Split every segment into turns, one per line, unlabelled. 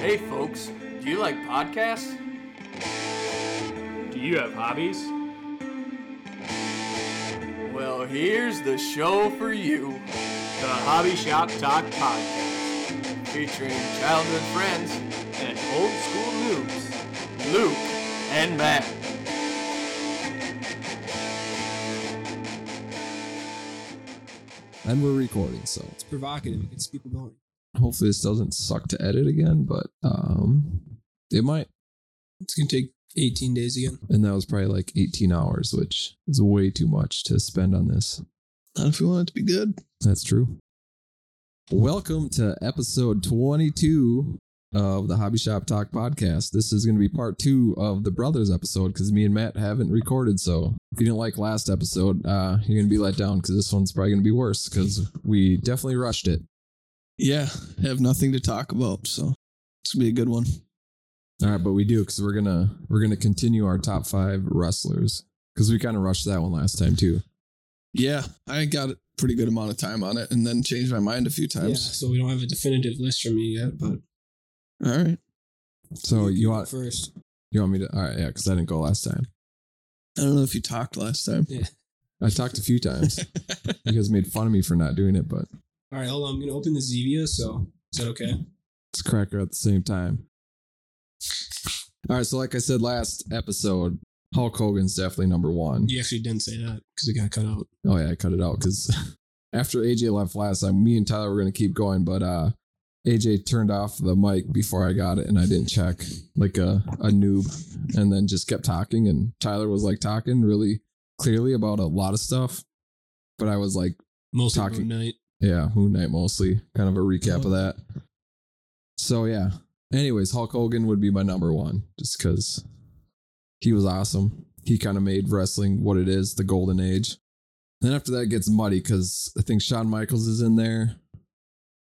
Hey, folks, do you like podcasts?
Do you have hobbies?
Well, here's the show for you
The Hobby Shop Talk Podcast
featuring childhood friends
and Old School Noobs.
Luke and Matt.
And we're recording, so
It's provocative. It gets people going.
hopefully this doesn't suck to edit again, but um it might.
It's gonna take 18 days again.
And that was probably like 18 hours, which is way too much to spend on this.
Not if we want it to be good.
That's true. Welcome to episode 22 of the Hobby Shop Talk podcast. This is going to be part two of the brothers episode because me and Matt haven't recorded. So if you didn't like last episode, uh, you're going to be let down because this one's probably going to be worse because we definitely rushed it.
Yeah, have nothing to talk about, so it's gonna be a good one.
All right, but we do because we're gonna we're gonna continue our top five wrestlers because we kind of rushed that one last time too.
Yeah, I got a pretty good amount of time on it, and then changed my mind a few
Yeah,
times.
so we don't have a definitive list from you yet, but
All right,
So you want
first.
you want me to? All right, yeah, because I didn't go last time.
I don't know if you talked last time.
I talked a few times. you guys made fun of me for not doing it, but
All right, hold on. I'm gonna open the Zevia. So is that okay?
Mm-hmm. it's a cracker at the same time. All right, so like I said last episode, Hulk Hogan's definitely number one.
You actually didn't say that because it got cut out.
Oh yeah, I cut it out because after AJ left last time, me and Tyler were gonna keep going, but uh AJ turned off the mic before I got it and I didn't check like a, a noob and then just kept talking and Tyler was like talking really clearly about a lot of stuff. But I was like,
Mostly
Talking-
Moon Knight.
yeah, Moon Knight mostly, kind of a recap of that. So yeah. Anyways, Hulk Hogan would be my number one just because he was awesome. He kind of made wrestling what it is, the golden age. Then after that it gets muddy because I think Shawn Michaels is in there,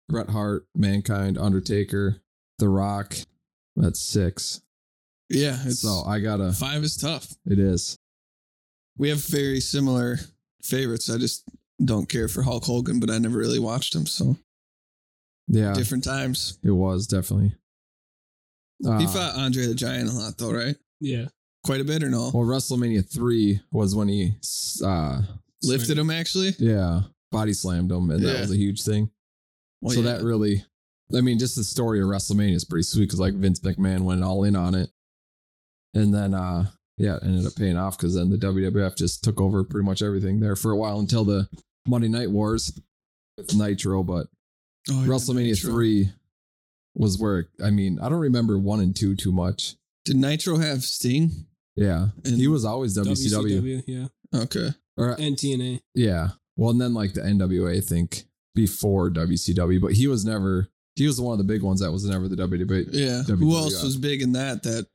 Bret Hart, Mankind, Undertaker, The Rock. That's six.
Yeah, it's
so uh, I gotta.
five is tough.
It is.
We have very similar favorites. I just don't care for Hulk Hogan, but I never really watched him, so
Yeah,
different times.
it was definitely.
he
Uh,
fought Andre the Giant a lot, though, right?
Yeah.
Quite a bit, or no?
well, WrestleMania three was when he uh,
Lifted him actually.
Yeah, body slammed him, and that
Yeah.
was a huge thing.
Well,
so
yeah.
that really, I mean, just the story of WrestleMania is pretty sweet because like Vince McMahon went all in on it, and then uh yeah, it ended up paying off because then the WWF just took over pretty much everything there for a while until the Monday Night Wars with Nitro, but
Oh, yeah,
WrestleMania
Nitro.
three was where I mean I don't remember one and two too much.
Did Nitro have Sting?
Yeah,
And-
he was always WCW.
WCW. Yeah.
Okay.
Or
And TNA.
Yeah. Well, and then like the NWA, I think before WCW, but he was never, he was one of the big ones that was never the WWE,
Yeah. Who
WWF.
else was big in that? That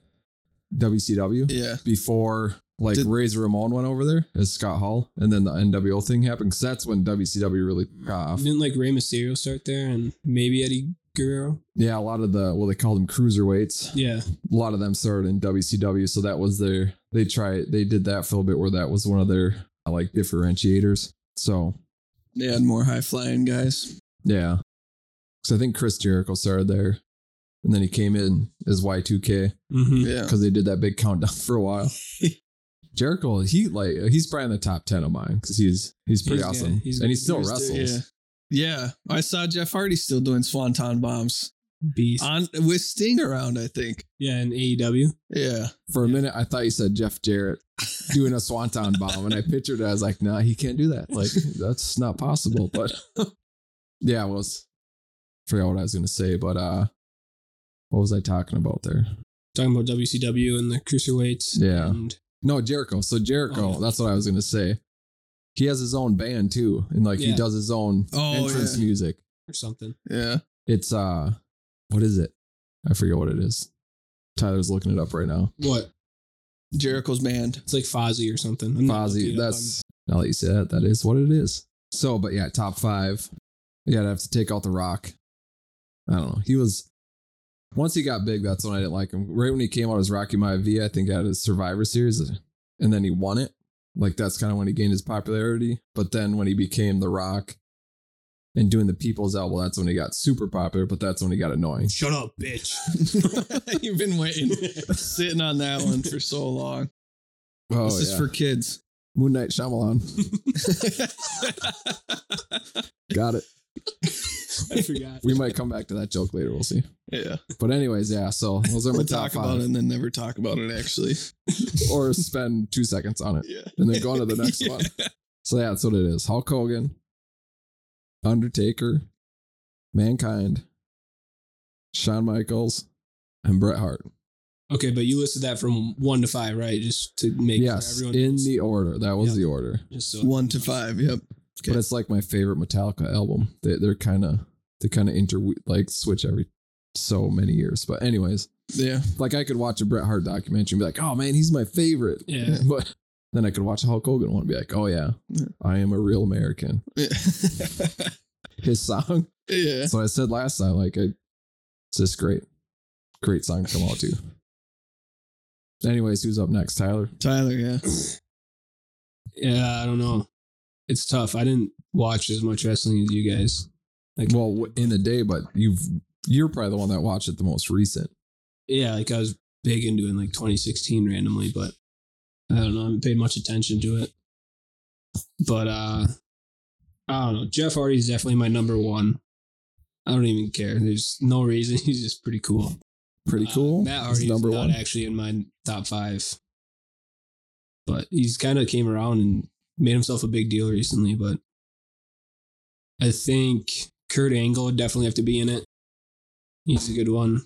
WCW
yeah.
before like
Did-
Razor Ramon went over there as Scott Hall. And then the NWO thing happened because that's when WCW really took off.
Didn't like Rey Mysterio start there and maybe Eddie Guerrero.
Yeah. A lot of the, well, they called them cruiserweights.
Yeah.
A lot of them started in WCW. So that was their, they tried, they did that for a little bit where that was one of their uh, like differentiators. So
They had more high flying guys.
Yeah. So I think Chris Jericho started there. And then he came in as Y2K
Mm-hmm.
Yeah.
because they did that big countdown for a while. Jericho, he like he's probably in the top ten of mine because he's he's pretty
He's good.
awesome,
He's
and he
good.
still
He's
wrestles.
good,
Yeah. Yeah. I saw Jeff Hardy still doing swanton bombs
Beast.
Uh,
on with Sting around, I think.
Yeah. And E AEW.
Yeah.
For a minute, I thought you said Jeff Jarrett doing a swanton bomb, and I pictured it. I was like, nah, he can't do that. Like that's not possible. But yeah, I was forgot what I was gonna say, but uh, what was I talking about there?
Talking about WCW and the cruiserweights.
Yeah.
And
No, Jericho. So Jericho,
Oh, yeah.
that's what I was gonna say. He has his own band too, and like he
Yeah.
does his own
Oh,
entrance
yeah.
music.
or something.
Yeah.
It's uh, what is it? I forget what it is. Tyler's looking it up right now.
What?
Jericho's band.
It's like Fozzy or something.
Mm.
I'm not looking
Fozzy.
it up.
That's now that you say that, that is what it is. So, but yeah, top five. Yeah, I'd have to take out the Rock. I don't know. He was once he got big. That's when I didn't like him. Right when he came out as Rocky Maivia, I think at his Survivor Series, and then he won it. Like that's kind of when he gained his popularity. But then when he became the Rock, and doing the people's elbow. That's when he got super popular, but that's when he got annoying.
Shut up, bitch.
You've been waiting, sitting on that one for so long.
Oh,
this is for kids.
Moon Knight Shyamalan. got it.
I forgot.
We might come back to that joke later. We'll see.
yeah,
But anyways, yeah. So those are my
we'll
top
talk about
five.
it and then never talk about it. Actually,
Or spend two seconds on it
yeah.
and then go on to the next one. So yeah, that's what it is. Hulk Hogan, Undertaker, Mankind, Shawn Michaels, and Bret Hart.
Okay, but you listed that from one to five, right? Just to make
yes,
sure everyone
in
knows.
the order. That was the
Yeah.
order.
just so
One to five. Yep.
But it's like my favorite Metallica album. They, they're kind of they kind of inter like switch every so many years. But anyways,
Yeah.
like I could watch a Bret Hart documentary and be like, oh man, he's my favorite.
Yeah.
But then I could watch a Hulk Hogan one and be like, oh yeah,
Yeah.
I am a real American.
Yeah.
His song
yeah.
That's what I said last time. Like, I, it's just great, great song to come out to. Anyways, who's up next? Tyler.
Tyler. Yeah.
Yeah, I don't know. It's tough. I didn't watch as much wrestling as you guys. Like,
Well, w- in the day, but you've you're probably the one that watched it the most recent.
yeah, like I was big into it in like 2016 randomly, but I don't know. I haven't paid much attention to it. But uh I don't know. Jeff Hardy's definitely my number one. I don't even care. There's no reason. He's just pretty cool.
Pretty
Uh,
cool.
Matt
It's
Hardy's
number
not
one.
actually in my top five, but he's kind of came around and made himself a big deal recently. But I think Kurt Angle would definitely have to be in it. He's a good one.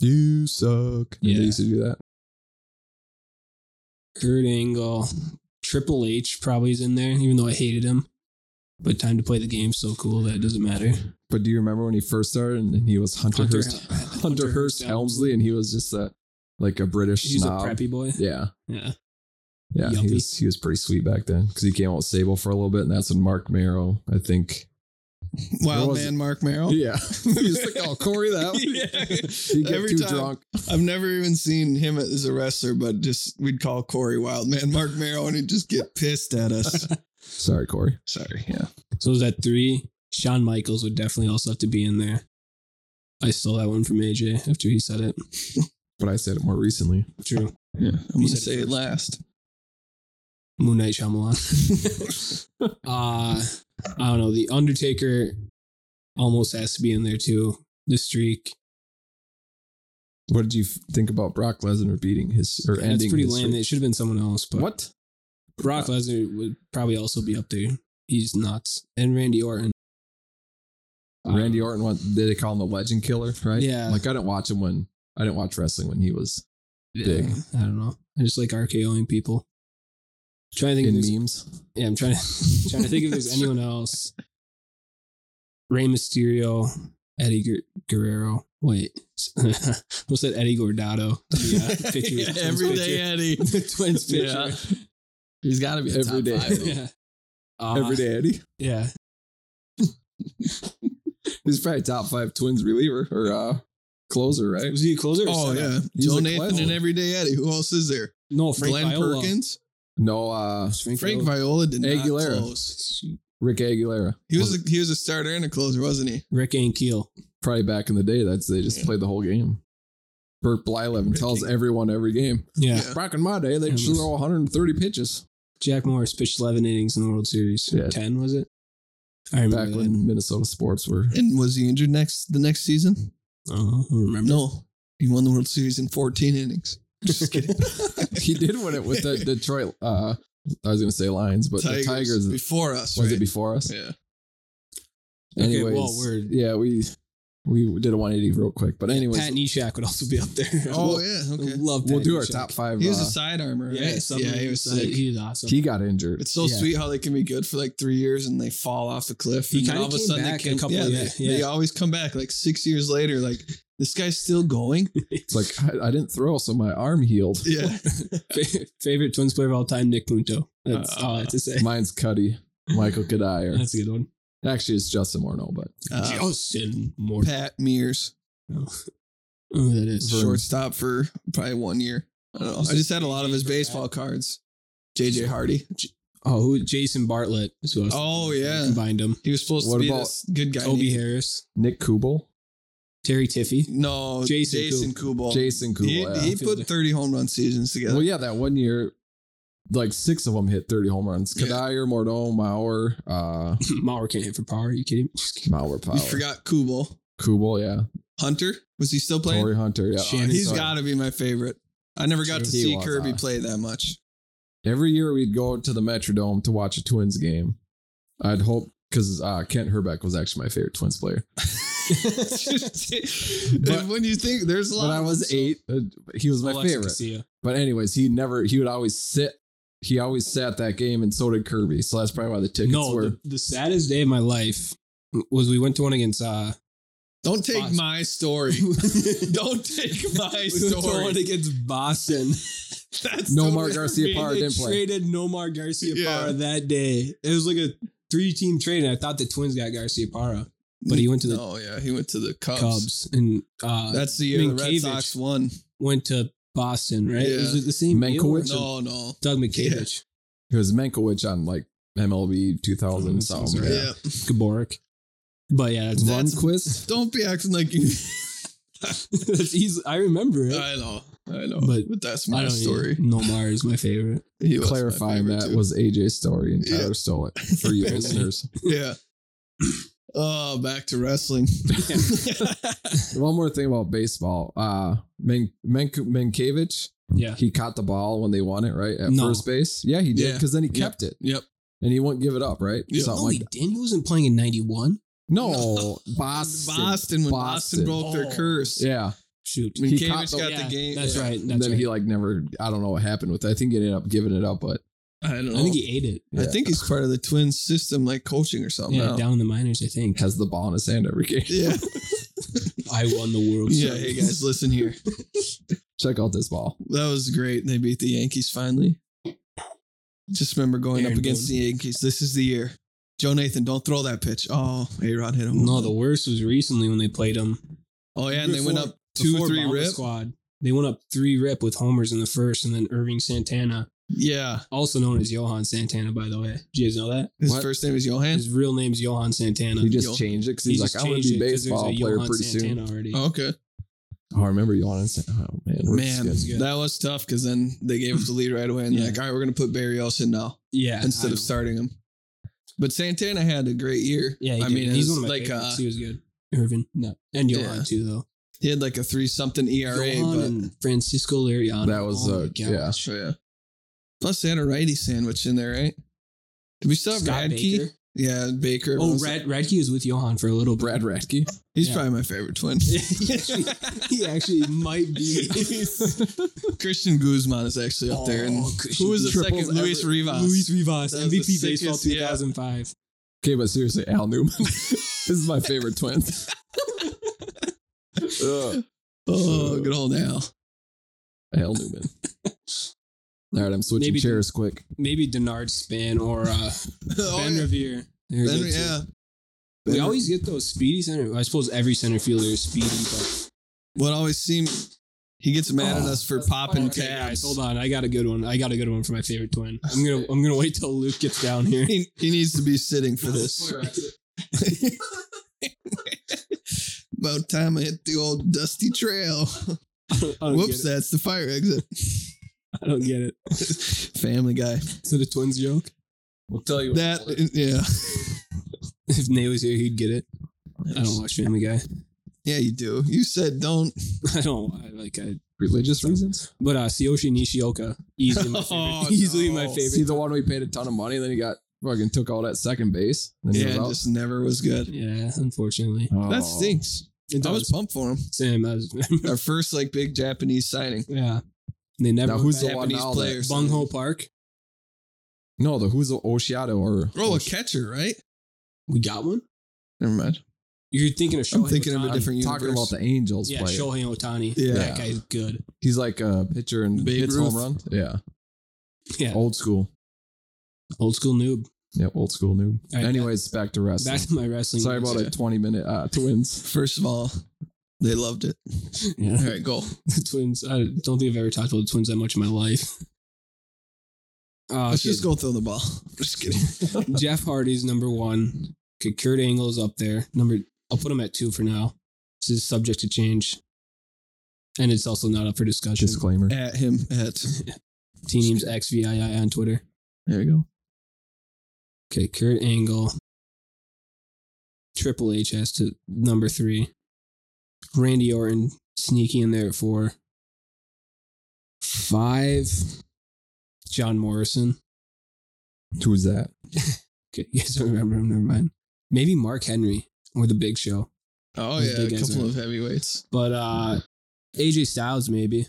you suck. Yeah.
Yeah.
They used to do that.
Kurt Angle, Triple H probably is in there, even though I hated him. But time to play the game's so cool that it doesn't matter.
But do you remember when he first started and, and he was Hunter,
Hunter
Hurst,
Hel-
Hunter,
Hunter
Hurst
Hurst
Helmsley, and he was just that like a British
He's
snob.
a preppy boy.
Yeah.
Yeah.
Yeah,
Yuppie.
he was, he was pretty sweet back then because he came out with Sable for a little bit, and that's when Mark Merrow, I think. Where
Wild
was
man
it?
Mark
Oh.
Merrill.
Yeah, he's like, oh, Corey, that one." He get
Every
too
time.
drunk.
I've never even seen him as a wrestler, but just we'd call Corey Wildman Mark Merrill, and he'd just get pissed at us.
Sorry, Corey.
Sorry. Yeah.
So is that three? Shawn Michaels would definitely also have to be in there. I stole that one from AJ after he said it.
But I said it more recently.
True.
Yeah. I'm
You said it
gonna say it
first.
last.
Moon Knight Shyamalan. uh, I don't know. The Undertaker almost has to be in there too. The streak.
What did you f- think about Brock Lesnar beating his or ending?
That's pretty
his
lame.
streak?
It should have been someone else. But
What? Uh,
Brock Lesnar would probably also be up there. He's nuts. And Randy Orton.
Randy Orton went. They call him the Legend Killer, right?
um, Yeah.
Like I didn't watch him when I didn't watch wrestling when he was big.
Uh, I don't know. I just like RKOing people. trying to think. If
in
there's-
memes.
yeah, I'm trying to trying to think if there's anyone else. Rey Mysterio, Eddie Guer- Guerrero. Wait, what's that? Eddie Gordado. The, uh, picture,
Yeah,
twins
every
picture.
day, Eddie.
the twins
Yeah.
picture.
He's got to be
a top five, though.
Yeah. Uh,
Every day, Eddie.
Yeah.
He's probably top five twins reliever or uh closer, right?
Was he a closer? or
Oh
setup?
yeah,
He's
Joe
a
Nathan
clown.
and Everyday Eddie. Who else is there?
No, Frank
Glenn
Viola.
Perkins,
No, uh
Frank,
Frank
Viola.
Viola did
Aguilera.
not close.
Rick Aguilera.
He was a, he was a starter and a closer, wasn't he?
Rick Ankiel.
probably back in the day. That's they just
Yeah.
played the whole game. Burt Blyleven
Rick
tells
Aguilera.
everyone every game.
Yeah.
Yeah.
Back in my day, they
Yeah.
throw 130 pitches.
Jack Morris pitched 11 innings in the World Series.
Yeah.
10, was it? I remember.
Back
that.
when Minnesota sports were
And was he injured next the next season?
Oh, I remember.
No, he won the World Series in 14 innings. Just kidding.
he did win it with the Detroit. Uh, I was going to say Lions, but the Tigers
before us.
was
right?
it before us?
Yeah.
Okay,
Anyways,
well, we're-
yeah, we we did a 180 real quick, but anyways,
Pat Neshek would also be up there.
Oh yeah.
I
Okay.
love
we'll
Pat
do our
Neshek.
top five.
He was
uh,
a side armor, right?
Yeah, somebody
he was
said
sick.
He was awesome.
he got injured.
It's so
Yeah.
sweet how they can be good for like three years and they fall off the cliff.
He
and
kinda came back a couple
yeah,
of-
they,
yeah.
they always come back like six years later. Like this guy's still going.
It's like I, I didn't throw, so my arm healed.
Yeah,
Fa- Favorite Twins player of all time, Nick Punto. That's all I have to say.
Mine's Cuddy, Uh, Michael Kadire.
That's a good one.
Actually, it's Justin Morneau, but
Uh,
oh, Justin Moore.
Pat Mears,
Oh, that is.
Vern.
shortstop for probably one year. I don't know. I just had a lot of his baseball cards. JJ Hardy.
Oh, who? Jason Bartlett is who I was
Oh,
thinking.
yeah.
combined them.
He was supposed
What
to be
about
this good guy.
Toby Harris,
Nick Kubel,
Terry Tiffy.
No,
Jason
Jason, Jason Kubel.
Jason Kubel.
He,
yeah.
he put 30 home run seasons together.
Well, yeah, that one year, like six of them hit 30 home runs.
Yeah.
Kadair, Mordo, Mauer, uh,
Maurer can't hit for power. Are you kidding? me?
Mauer Power.
we forgot Kubel.
Kubel, yeah.
Hunter was he still playing?
Tory Hunter, yeah.
Shannon,
He's
sorry.
got to be my favorite. I never got
True.
to
He
see
was,
Kirby
uh,
play that much.
Every year we'd go to the Metrodome to watch a Twins game. I'd hope because uh, Kent Herbeck was actually my favorite Twins player.
And when you think there's a lot,
When I
of-
was eight, uh, he was my
Alexis
favorite.
Casilla.
But anyways, he never he would always sit. He always sat that game, and so did Kirby. So that's probably why the tickets
No,
were.
the, the saddest day of my life was we went to one against uh
Don't take
Boston.
my story. Don't take my
we went to one
story.
against Boston.
That's
No
the
Nomar
worst.
Garcia Parra
They
didn't play.
Traded Nomar Garcia
Yeah.
Parra that day. It was like a three team trade, and I thought the Twins got Garcia Parra, but he went to the
Oh yeah, he went to the Cubs.
Cubs and uh,
That's the year the Red
Minkiewicz.
Sox won.
went to Boston. Right?
Yeah.
Was it the same deal or
Mankiewicz?
No, no.
Doug Mikavich,
It was Mankiewicz on like MLB 2000 something.
Yeah.
Yeah.
Yeah.
Gaborik. But yeah, that's,
That's-
Lundqvist?
Don't be acting like you.
that's easy. I remember it.
Uh,
I know. I know.
But
But, that's
I
my
don't
story.
even- Nomar is my favorite.
He was my
clarifying
favorite,
that
too.
was AJ's story and
Yeah.
Tyler stole it for you listeners.
yeah. Oh, back to wrestling.
One more thing about baseball. Uh Men- Men- Menkiewicz,
Yeah.
he caught the ball when they won it, right? At
No.
first base. Yeah, he did
Yeah.
because then he kept it.
Yep.
And he won't give it up, right?
Yeah.
Something
no,
like
he
that.
didn't. He wasn't playing in '91.
No,
No.
Boston.
Boston when
Boston.
Boston, broke
Oh.
their curse.
Yeah.
Shoot.
Minkiewicz
He caught the-
got
Yeah,
the game.
That's
yeah.
right.
And
That's
then
right.
he like never I don't know what happened with it. I think he ended up giving it up, but
I don't know.
I think he ate it.
yeah.
he's part of the Twins system, like coaching or something.
Yeah,
now.
down in the minors, I think.
has the ball in his hand every game.
yeah.
I won the World
yeah.
Series.
Hey guys, listen here.
Check out this ball.
That was great. They beat the Yankees finally. Just remember going
Aaron
up against
Boone.
the Yankees. This is the year. Joe Nathan, don't throw that pitch. Oh, Aaron hit him.
No, the worst was recently when they played them.
oh yeah, and they went
Before-
up two,
before
three
Bomber
rip.
Squad. They went up three rip with homers in the first, and then Irving Santana,
Yeah,
also known as Johan Santana, by the way. Do you guys know that?
his
What?
first name is Johan.
His real name's Johan Santana.
He just
Yo-
changed it because
uh, He
he's
just
like, I want to
changed
be
it 'cause there's
baseball
a
player
Johan
pretty soon.
Santana already.
Oh, okay,
Oh, I remember Johan and Santana. Oh man, we're just
man,
gonna-
good.
that was tough because then they gave us the lead right away, and
Yeah.
they're like, all right, we're gonna put Barrios in now
Yeah.
instead
I
of
know.
starting him. But Santana had a great year.
Yeah, he
I
did.
mean,
he's
he's
one of my
like uh,
favorites. he was good. Irvin, no, and Johan
Yeah.
too, though.
he had like a three something ERA,
Johan
but
and Francisco Liriano.
That was, uh, yeah.
Oh, yeah. Plus, they had a righty sandwich in there, right? Did we still have
Scott
Radke?
Baker.
Yeah, Baker.
Oh,
Was-
Rad, Radke was with Johan for a little bit.
Brad Radke.
He's
yeah.
probably my favorite twin.
he, actually, he actually might be.
Christian Guzman is actually up there. And
Oh, Christian
who was the
Triples
second? Luis
ever-
Rivas.
Luis Rivas,
That was the
MVP baseball
sickest- yeah.
2005.
Okay, but seriously, Al Newman. this is my favorite twins. Ugh,
Oh, good old Al.
Al Newman. All right, I'm switching
Maybe-
chairs quick.
Maybe Denard Span or uh,
Oh,
Ben
yeah.
Revere. They're
Ben-
good, too.
yeah.
We always get those speedy center. I suppose every center fielder is speedy, but
What always seemed he gets mad at us for popping
Oh, Okay, guys,
tabs.
hold on. I got a good one. I got a good one for my favorite twin. I'm gonna I'm gonna wait till Luke gets down here.
He, he needs to be sitting for this. About time I hit the old dusty trail.
I don't
Whoops,
Get it.
that's the fire exit.
I don't get it.
Family guy.
Is it a twins joke?
We'll
Oh,
tell you
That yeah.
If Nate was here, he'd get it. I don't watch Family Guy.
Yeah, you do. You said don't.
I don't I, like I.
religious reasons.
But uh, Tsuyoshi Nishioka, easily my favorite.
Oh,
easily
no.
my
See
favorite.
the one we paid a ton of money, then he got fucking took all that second base. Then he
Yeah, it
was out.
just never was good.
Yeah, unfortunately,
Oh.
That stinks.
it
I was
does.
pumped for him.
Sam. I was,
Our first like big Japanese signing.
yeah, they never.
Now who's the
back.
one
Japanese
now
player.
that,
Bung Ho Park.
No, the who's the Oshiado or
Oh, a catcher, right?
We got one.
Never mind.
You're thinking of Shohei.
I'm thinking of a
Ohtani.
different
talking
universe.
about the Angels
Yeah,
player.
Shohei Otani.
Yeah.
that guy's good.
He's like a pitcher and
Babe
hits
Ruth.
home runs. Yeah.
Yeah, old,
Old school.
school noob.
Yep, old school noob.
All right,
Anyways, back to wrestling.
Back to my wrestling.
Sorry about a 20 minute uh, twins.
First of all, they loved it.
Yeah.
All right, go.
the twins. I don't think I've ever talked about the twins that much in my life. Uh,
Let's just go throw the ball. Just kidding.
Jeff Hardy's number one. Okay, Kurt Angle's up there. Number I'll put him at two for now. This is subject to change. And it's also not up for discussion.
Disclaimer.
At him. At.
Teams XVII on Twitter.
There you go.
Okay, Kurt Angle. Triple H has to number three. Randy Orton sneaky in there at four. Five. John Morrison.
Who's that?
Okay, you guys don't remember him. Never mind. Maybe Mark Henry or The Big Show.
Oh
Those
yeah, a
big guys
couple
are-
of heavyweights.
But uh AJ Styles maybe.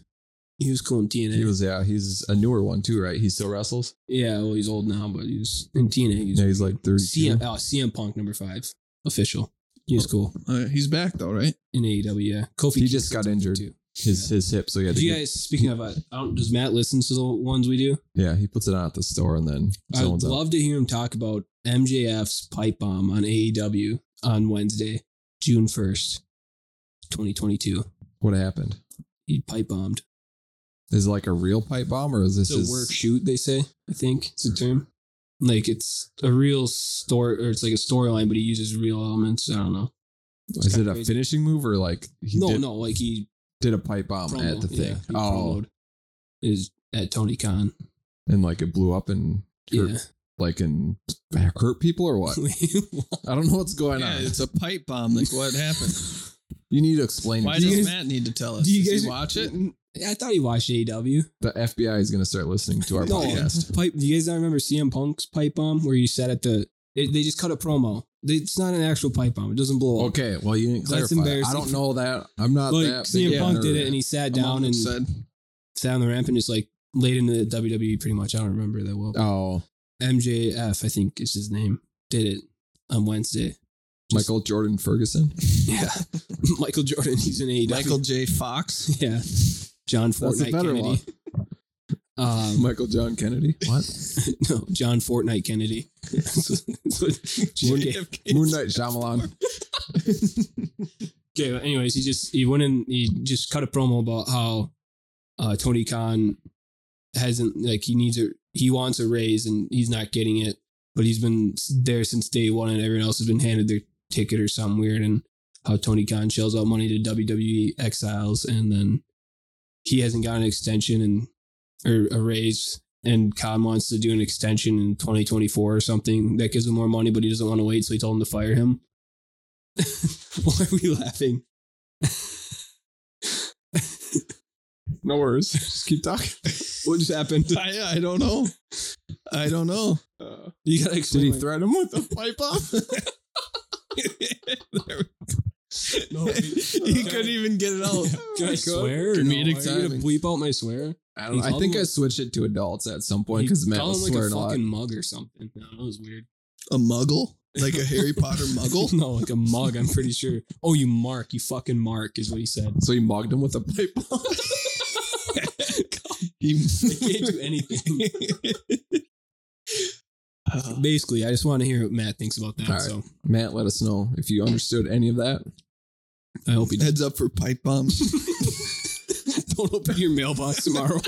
He was cool in TNA.
He was yeah. He's a newer one too, right? He still wrestles.
yeah, well he's old now, but he was in TNA. He was
Yeah, he's like thirty.
CM, oh, CM Punk number five official. He was cool
Uh, he's back though, right?
in AEW. Yeah, Kofi.
Oh. He just
Kingston's
got
up there,
injured.
too.
His his hip. So yeah,
Do you guys speaking of? Uh, I don't, does Matt listen to the ones we do?
yeah. He puts it on at the store and then
I would
zones up.
love to hear him talk about MJF's pipe bomb on AEW on Wednesday, June first, twenty twenty two.
What happened?
He pipe bombed.
Is it like a real pipe bomb or is this
It's a
his-
work shoot. They say. I think it's a term. Like it's a real story, or it's like a storyline, but he uses real elements. I don't know.
Is it
kinda
a
crazy.
finishing move or like he
no,
did,
no, like he
did a pipe bomb
promo,
at the
yeah,
thing?
he
oh,
promoed is at Tony Khan.
and like it blew up and hurt,
Yeah,
like and hurt people or what? I don't know what's going
Yeah,
on.
it's a pipe bomb. Like what happened?
you need to explain.
Why
it to
does
us.
Matt need to tell us?
Do you
Does
guys-
he watch it?
I thought he watched AEW.
the FBI is going to start listening to our
No.
podcast.
Pipe. Do you guys not remember CM Punk's pipe bomb where you sat at the? It, they just cut a promo. They- It's not an actual pipe bomb. It doesn't blow up.
Okay, well you didn't
That's
clarify. I
embarrassing.
don't know that. I'm not
Like
that. big
CM
of a
Punk did
nerd.
it, and he sat
A
down
mom
and
said,
sat on the ramp and just like laid into the WWE pretty much. I don't remember that well.
oh,
MJF, I think is his name, did it on Wednesday. Just-
Michael Jordan Ferguson.
Yeah, Michael Jordan. He's in AEW.
Michael J. Fox.
Yeah. John
That's a
Fortnite
better
Kennedy.
one.
Um,
Michael John Kennedy. What?
no, John Fortnite Kennedy. That's what JFK.
JFK.
Moon Knight Shyamalan.
Okay, but anyways, he just he went and he just cut a promo about how uh, Tony Khan hasn't like he needs a he wants a raise and he's not getting it, but he's been there since day one and everyone else has been handed their ticket or something weird and how Tony Khan shells out money to WWE exiles and then he hasn't got an extension and or a raise and Khan wants to do an extension in 2024 or something that gives him more money, but he doesn't want to wait, so he told him to fire him. Why are we laughing?
No worries. Just keep talking.
What just happened?
I, I don't know. I don't know.
You gotta
Did
explain.
he threaten him with a pipe bomb?
no,
he couldn't even get it out.
Oh.
Can I swear? or no?
Comedic
Are you gonna
timing.
bleep out my swear?
I,
He
don't, I
called
think
him
I
a-
switched it to adults at some point
He
because Matt
called
was
him like a
swearing a, lot.
fucking mug or something. No, that was weird.
A muggle? Like a Harry Potter muggle?
no, like a mug. I'm pretty sure. Oh, you mark. You fucking mark is what he said.
So he mugged him with a pipe bomb.
He
I can't do anything.
Uh-huh.
Basically, I just want to hear what Matt thinks about that.
All right.
So
Matt, let us know if you understood any of that.
I hope he
Heads up for pipe bombs.
don't open your mailbox tomorrow.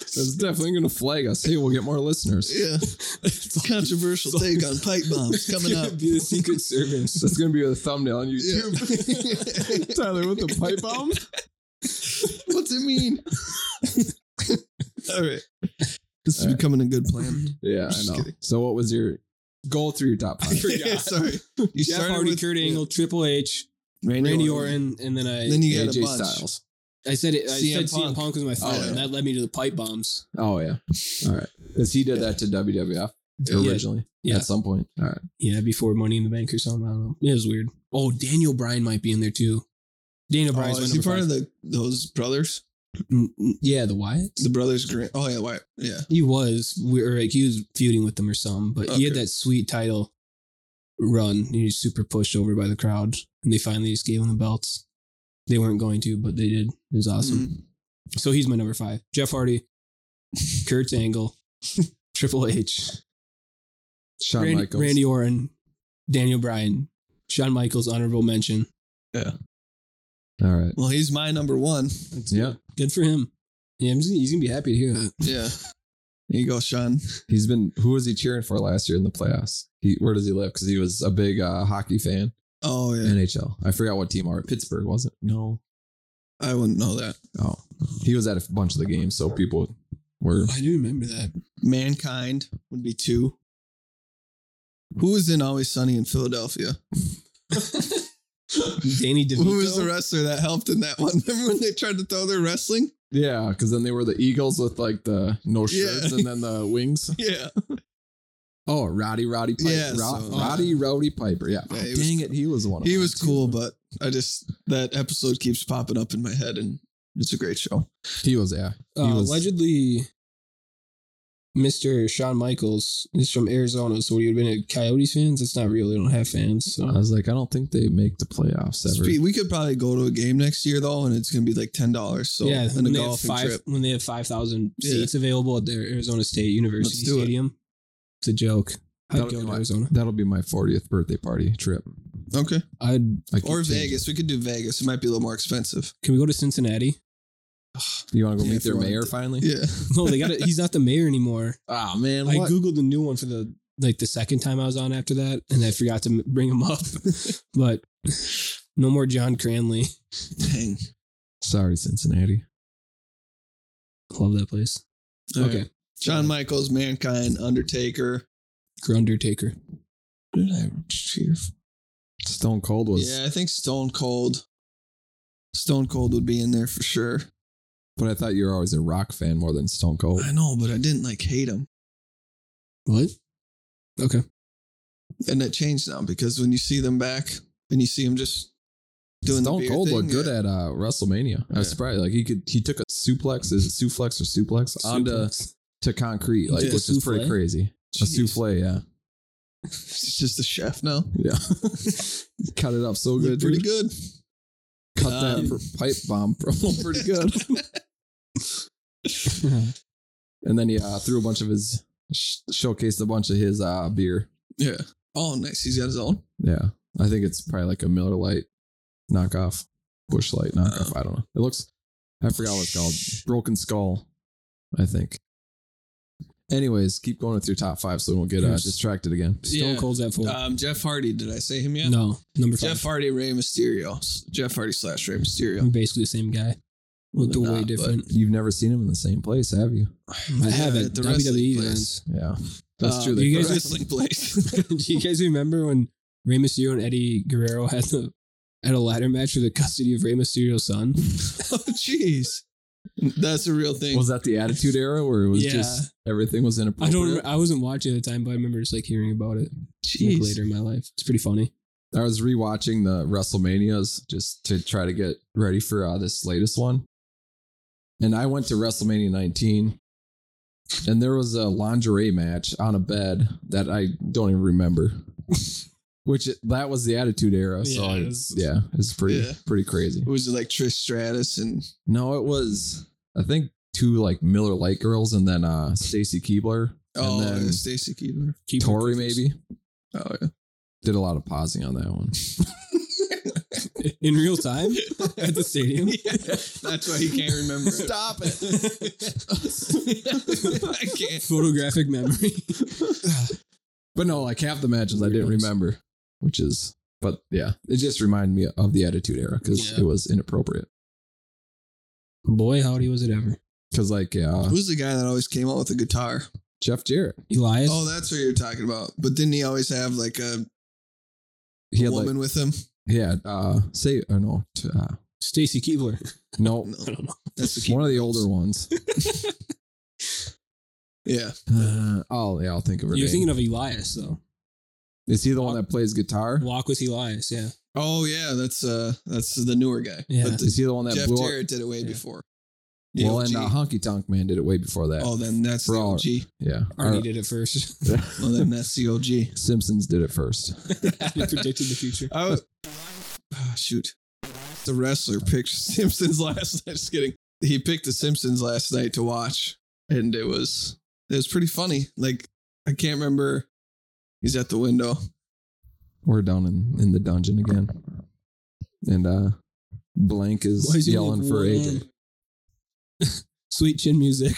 It's definitely going to flag us. Hey, we'll get more listeners.
Yeah. Controversial take on pipe bombs coming up.
be the Secret Service.
That's going to be a thumbnail on
Yeah.
YouTube. Tyler with the pipe bomb.
What's it mean? All right. This is
All right.
becoming a good plan.
Yeah, I
Just
know.
kidding.
So what was your go through your top five?
Yeah, sorry. You
Jeff Hardy, Kurt Angle, Triple H,
Randy,
Randy Orton, and then I
Then you got a
AJ
bunch.
Styles.
I said it. I
CM
said CM
Punk. Oh,
Punk was my favorite,
yeah.
and that led me to the pipe bombs.
Oh yeah. All right. Because he did that to WWF
Yeah.
originally.
Yeah.
At some point. All right.
Yeah, before Money in the Bank or something. I don't know. It was weird. Oh, Daniel Bryan might be in there too. Daniel
Oh,
Bryan's my
is he
number
part
five.
of the those brothers?
Mm, mm, yeah, the Wyatts.
The brothers Grant. Oh yeah, why? Yeah.
He was. We or like he was feuding with them or something, but he had
Okay.
that sweet title run. He was super pushed over by the crowd, and they finally just gave him the belts. They weren't going to, but they did. It was awesome.
Mm-hmm. Mm.
So he's my number five. Jeff Hardy, Kurt Angle, Triple H,
Shawn
Randy,
Michaels.
Randy Orton, Daniel Bryan, Shawn Michaels, honorable mention.
All right.
Well, he's my number one.
Yeah.
Good for him. Yeah, I'm just- he's gonna be happy to hear that.
Yeah. There you go, Sean.
He's been who was he cheering for last year in the playoffs? He where does he live? Because he was a big uh, hockey fan.
Oh yeah,
NHL. I forgot what team are Pittsburgh was it? No.
I wouldn't know that.
Oh, he was at a bunch of the games, so people were.
I do remember that.
Mankind would be two. Who was in Always Sunny in Philadelphia?
Danny DeVito.
Who was the wrestler that helped in that one? Remember when they tried to throw their wrestling?
Yeah, because then they were the Eagles with like the no shirts
Yeah.
and then the wings.
Yeah.
Oh, Roddy Roddy Piper.
Yeah,
Ro-
so- uh,
Roddy Rowdy Piper. Yeah.
Yeah, he was-
Dang it, he was one. Of
He
mine,
was
too.
cool, but I just that episode keeps popping up in my head and it's a great show.
He was yeah. He
Uh,
was
allegedly, Mr. Shawn Michaels is from Arizona, so would he have been a Coyotes fans? It's not real. They don't have fans. So.
I
Uh,
was like, I don't think they make the playoffs ever.
Spe- We could probably go to a game next year though, and it's gonna be like ten dollars. So
yeah,
and
when
a
they, have
golfing
five,
trip.
when they have 5,000
Yeah.
seats available at their Arizona State University
do it.
Stadium. It's a joke. I'd
That'll
go
be
to
my-
Arizona.
That'll be my 40th birthday party trip.
Okay.
I'd,
I keep
Or
changing
Vegas. We could do Vegas. It might be a little more expensive.
can we go to Cincinnati?
it. You want to go
Yeah,
meet
if
their
you want
mayor
to-
finally?
Yeah.
No, they got it. He's not the mayor anymore.
Oh man,
I
what?
googled the new one for the like the second time I was on after that, and I forgot to m- bring him up. but no more John Cranley.
Dang.
Sorry, Cincinnati.
Love that place.
All
okay,
right. John Michaels, Mankind, Undertaker.
Grundertaker.
Who Did I cheer for?
Stone Cold was,
Yeah, I think Stone Cold. Stone Cold would be in there for sure.
but I thought you were always a rock fan more than Stone Cold.
I know, but I didn't like hate him.
What? Okay.
And it changed now because when you see them back and you see him just doing
Stone
the beer
Cold
thing,
looked good at uh, WrestleMania. I was
Yeah.
surprised. Like he could, he took a suplex, is it suplex or suplex, onto
Suplex.
to concrete,
He
like
did a
which is pretty
souffle?
crazy. A
Jeez.
souffle, yeah,
It's just a chef now.
yeah. Cut it up so good,
Looked pretty
dude.
good.
Cut that
Um,
pr- pipe bomb promo pretty good. and then he uh, threw a bunch of his, sh- showcased a bunch of his uh, beer.
Yeah. Oh, nice. He's got his own.
Yeah. I think it's probably like a Miller Light knockoff, Bush Light knockoff. I don't know. It looks, I forgot what it's called. Broken Skull, I think. Anyways, keep going with your top five so we won't get uh,
Yes.
distracted again.
Stone
Yeah.
Cold's at four.
Um, Jeff Hardy. Did I say him yet?
No, number five.
Jeff Hardy, Ray Mysterio. S- Jeff Hardy slash Ray
We're
Mysterio.
basically the same guy. Looked
they're
way
not, but-
different.
You've never seen him in the same place, have you?
I
Yeah,
haven't. E
at the
WWE
wrestling
events.
Yeah. That's
Uh,
true.
the
They
you guys-
wrestling place.
Do you guys remember when Rey Mysterio and Eddie Guerrero had the had a ladder match for the custody of Rey Mysterio's son?
oh, jeez. That's a real thing.
was that the Attitude Era where it was
Yeah.
just everything was
I
inappropriate?
don't. Remember, I wasn't watching at the time, but I remember just like hearing about it like,
Jeez.
later in my life. It's pretty funny.
I was rewatching the WrestleManias just to try to get ready for uh, this latest one. And I went to WrestleMania 19, and there was a lingerie match on a bed that I don't even remember. Which that was the Attitude Era, so
Yeah,
I-
it was-
yeah, it's pretty
Yeah.
pretty crazy.
Was it like Trish Stratus and
No, it was I think two like Miller Light girls, and then uh Stacy Keebler,
oh
and then
Stacy Keebler?
Keep
Tori maybe
Oh yeah.
did a lot of pausing on that one.
in real time at the stadium.
That's why he can't remember. it.
Stop
I can't.
Photographic memory.
But no, like half the matches I didn't remember, which is, but yeah, it just reminded me of the Attitude Era because
Yeah.
it was inappropriate.
Boy, howdy was it ever.
Because like uh,
Who's the guy that always came out with a guitar?
Jeff Jarrett,
Elias.
Oh, that's what you're talking about. But didn't he always have like a
he had
woman
like
with him?
he had uh, say uh, no, t- uh,
Stacy Keebler.
no,
No,
don't know.
that's the key.
one of the older ones.
Yeah,
Uh, I'll yeah, I'll think of her.
You're
name.
thinking of Elias though.
is he the one that plays guitar?
Walk with Elias. Yeah.
Oh yeah, that's uh that's the newer guy.
Yeah.
But the,
Is he the one that
Jeff
blew
Jarrett did it way
Yeah.
before.
up? Well, and
OG.
uh, Honky Tonk Man did it way before that.
oh, then that's the
Brawler.
OG.
yeah,
Arnie
Or-
did it first.
Well, then that's the OG.
Simpsons did it first.
he predicted the future.
I was, Ah, shoot, the wrestler picked Simpsons last night. Just kidding. He picked the Simpsons last night to watch, and it was it was pretty funny. Like I can't remember. He's at the window.
We're down in in the dungeon again, and uh, Blank is,
Why is he
yelling
like,
for
"Whoa,
AJ.
man?" Sweet chin music.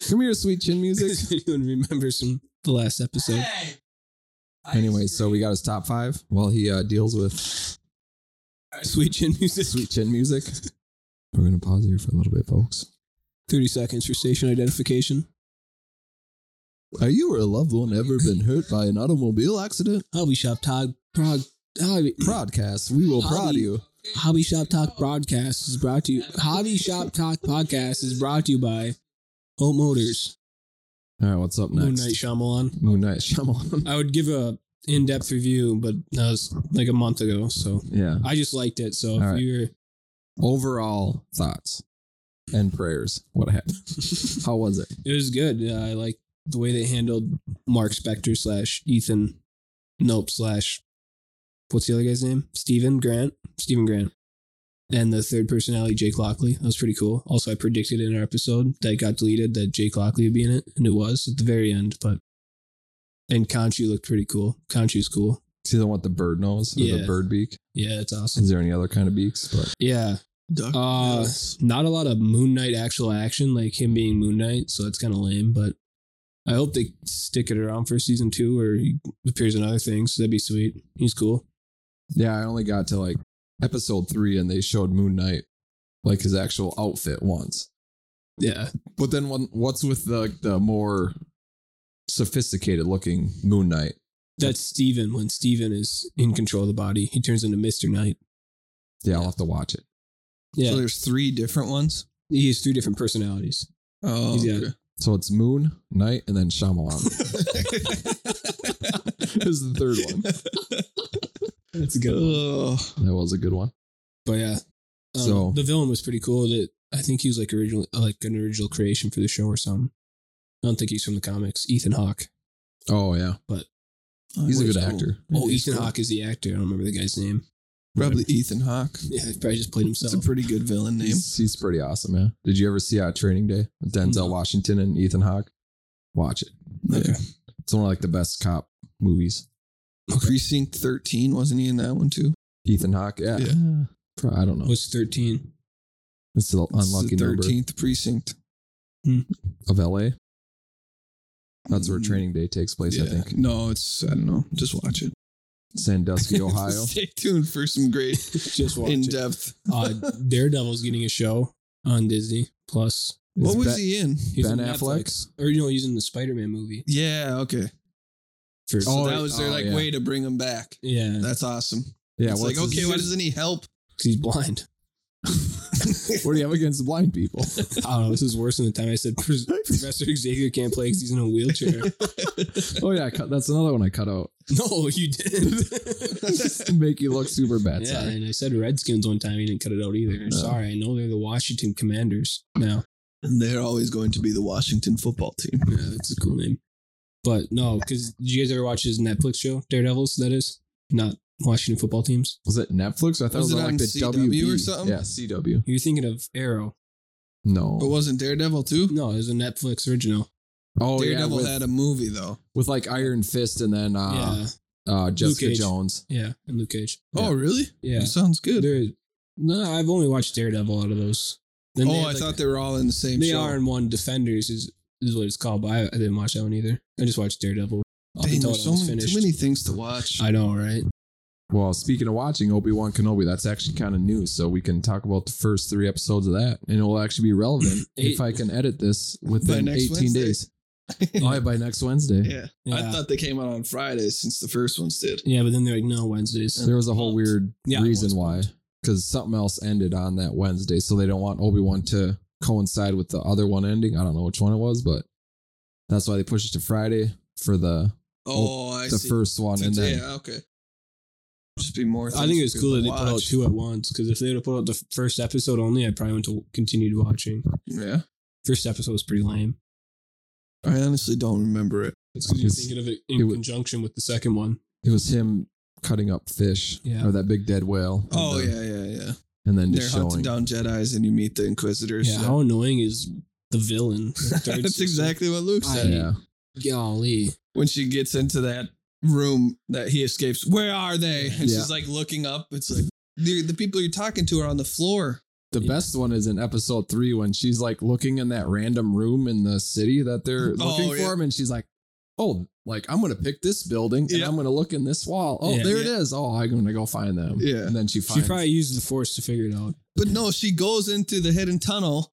Come here, sweet chin music.
Does anyone remember from the last episode?
Anyway, so we got his top five while he uh, deals with
Sweet Chin Music.
sweet chin music. We're gonna pause here for a little bit, folks.
30 seconds for station identification.
Are you or a loved one ever been hurt by an automobile accident?
Hobby Shop Talk Prog. Hobby,
Broadcast, we will prod
Hobby-
you.
Hobby Shop Talk broadcast is brought to you. Hobby Shop Talk podcast is brought to you by Home Motors.
All right, what's up
Moon Knight
next?
Shyamalan.
Moon Knight Shyamalan.
I would give a in depth review, but that was like a month ago. So
yeah.
I just liked it. So
All
if
right.
you're
Overall thoughts and prayers. What happened? How was it?
It was good. Yeah, I like the way they handled Mark Spector slash Ethan Nope slash what's the other guy's name? Stephen Grant. Stephen Grant. And the third personality, Jake Lockley. That was pretty cool. Also, I predicted in our episode that got deleted that Jake Lockley would be in it, and it was at the very end, but and Conchu looked pretty cool. Conchu's cool.
See the one with the bird nose or the
Yeah.
bird beak?
Yeah, it's awesome.
Is there any other kind of beaks? But
Yeah.
Duck.
Uh not a lot of Moon Knight actual action, like him being Moon Knight, so that's kind of lame. But I hope they stick it around for season two, where he appears in other things. That'd be sweet. He's cool.
yeah, I only got to like episode three and they showed Moon Knight like his actual outfit once.
Yeah,
But then when, what's with the the more sophisticated looking Moon Knight?
that's Steven. When Steven is in control of the body, he turns into Mister Knight.
Yeah, I'll have to watch it.
Yeah,
So there's three different ones.
he has three different personalities.
Oh,
He's got-
okay.
So it's Moon, Night, and then Shyamalan. is the third one.
That's a good.
Oh,
That was a good one.
But yeah, um,
So-
the villain was pretty cool. That I think he was like original, like an original creation for the show or something. I don't think he's from the comics. Ethan Hawke.
Oh yeah, he's a good actor.
Oh,
He's
Ethan
cool.
Hawke is the actor. I don't remember the guy's name.
Probably Ethan Hawke.
Yeah, he probably just played himself.
It's a pretty good villain name.
He's, he's pretty awesome, yeah. Did you ever see uh, Training Day? with Denzel
No.
Washington and Ethan Hawke. Watch it.
Okay.
It's one of like the best cop movies.
Precinct 13, wasn't he in that one too?
Ethan Hawke. Yeah. Pro- I don't know.
What's thirteen?
It's the
It's
unlucky
the
number
13th precinct.
of L.A. That's where
Mm,
Training Day takes place, I
yeah.
think.
No, it's, I don't know. Just watch it.
Sandusky, Ohio.
Stay tuned for some great
Just watch
in
it.
depth.
Uh, Daredevil's getting a show on Disney Plus.
what was
Ben-
he in?
He's
Ben
in
Affleck?
Netflix. or you know, he's in the Spider-Man movie.
Yeah, okay.
For,
So
Oh,
that was their
oh,
like
yeah.
way to bring him back.
yeah,
That's awesome.
Yeah.
it's
what's
like, okay,
his-
why doesn't he help?
'cause he's blind.
what do you have against blind people?
I don't know. This is worse than the time I said "Pres- Professor Xavier can't play because he's in a wheelchair.
oh yeah, I cut, that's another one I cut out.
no, you didn't.
Just to make you look super bad.
yeah,
Sorry.
and I said Redskins one time. He didn't cut it out either.
No.
Sorry, I know they're the Washington Commanders now.
And they're always going to be the Washington football team.
Yeah, that's a cool name. But no, because did you guys ever watch his Netflix show, Daredevils? That is not Washington football teams.
Was it Netflix? I thought
Was
it was
it
on
on
like the
CW or
WB.
something?
Yeah, CW.
You're thinking of Arrow.
No.
But wasn't Daredevil too?
No, it was a Netflix original.
Oh yeah,
Daredevil
with,
had a movie though.
with like Iron Fist and then uh, uh Jessica
Cage.
Jones.
yeah, yeah, and Luke Cage.
Ah. Oh, really?
Yeah,
That sounds good.
There- no, I've only watched Daredevil out of those. Then
oh,
had,
I
like,
thought they were all in the same
they
show.
are in one. Defenders is is what it's called, but I, I didn't watch that one either. I just watched Daredevil. up
Dang,
until it
there's so
was
many, too
finished.
many things to watch.
I know, right?
Well, speaking of watching Obi Wan Kenobi, that's actually kind of new, so we can talk about the first three episodes of that, and it will actually be relevant
Eight-
if I can edit this within
By next
eighteen
Wednesday.
days. oh, yeah, by next Wednesday.
yeah. I
Yeah.
thought they came out on Friday since the first ones did.
Yeah, but then they're like, no, Wednesdays.
There was a whole weird
Yeah, I was
reason why, because something else ended on that Wednesday, so they don't want Obi Wan to coincide with the other one ending. I don't know which one it was, but that's why they pushed it to Friday for the
Oh, I
the
see.
first one, and
Since-
then
yeah, okay. Just be more.
I
things
think
for
it was
people
cool that
to
they put out
watch.
two at once because if they would have put out the f- first episode only, I probably would have continued watching.
Yeah,
First episode was pretty lame.
I honestly don't remember it.
It's because you're
It's-
thinking of it
it
in
would-
conjunction with the second one.
it was him cutting up fish
Yeah.
or that big dead whale. and
Oh
then-
yeah, yeah, yeah.
and then
They're
just
hunting
showing.
down Jedi's, and you meet the Inquisitors.
Yeah,
so-
how annoying is the villain? The third
That's
sister?
exactly what Luke said.
Yeah,
Golly,
When she gets into that room that he escapes, where are they? And
Yeah.
she's like looking up. It's like the the people you're talking to are on the floor.
The best one is in episode three when she's like looking in that random room in the city that they're
Oh,
looking for
yeah.
him, and she's like, "Oh, like I'm gonna pick this building and
Yeah.
I'm gonna look in this wall. Oh,
Yeah.
there it
Yeah.
is. Oh, I'm gonna go find them.
Yeah.
and then she
She
finds.
probably used the force to figure it out.
But no, she goes into the hidden tunnel,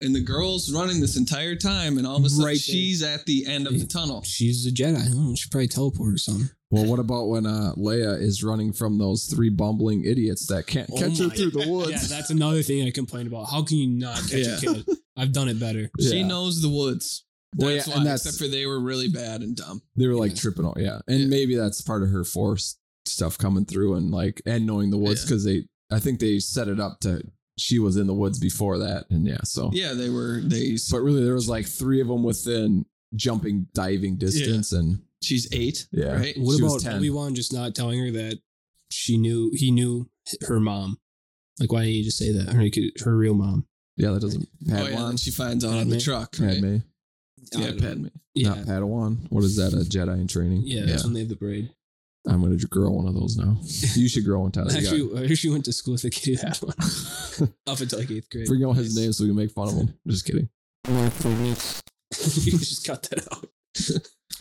and the girl's running this entire time, and all of a sudden
Right there.
she's at the end of the tunnel.
She's a Jedi. I don't know, She probably teleported or something.
well, what about when uh, Leia is running from those three bumbling idiots that can't
Oh
catch her
my-
through the woods?
Yeah, that's another thing I complain about. How can you not catch
Yeah.
a kid? I've done it better.
She
Yeah.
knows the woods. That's
Well, yeah,
why,
and that's-
except for they were really bad and dumb.
They were like
Yeah.
tripping out, yeah. And
Yeah.
maybe that's part of her force stuff coming through and like and knowing the woods
Yeah.
because they I think they set it up to she was in the woods before that and yeah, so
Yeah, they were. They.
but really there was like three of them within jumping diving distance and
She's eight.
yeah.
Right. Oh,
What
She was
about
10.
Obi Wan just not telling her that she knew he knew her mom? Like, why didn't you just say that? Or he could, her real mom.
Yeah, that doesn't
Oh, yeah,
Padawan.
and she finds out on
Padme.
the truck. Right?
Padme.
I
Yeah,
don't know.
Padme.
Yeah,
Not Padawan. What is that? A Jedi in training?
yeah. That's when they have the braid.
I'm gonna grow one of those now. You should grow
Oh,
one, Tyler. You got it.
Actually, I actually went to school with a kid who had one up until like eighth grade.
Bring out his name so we can make fun of him. Just kidding.
you just cut that out.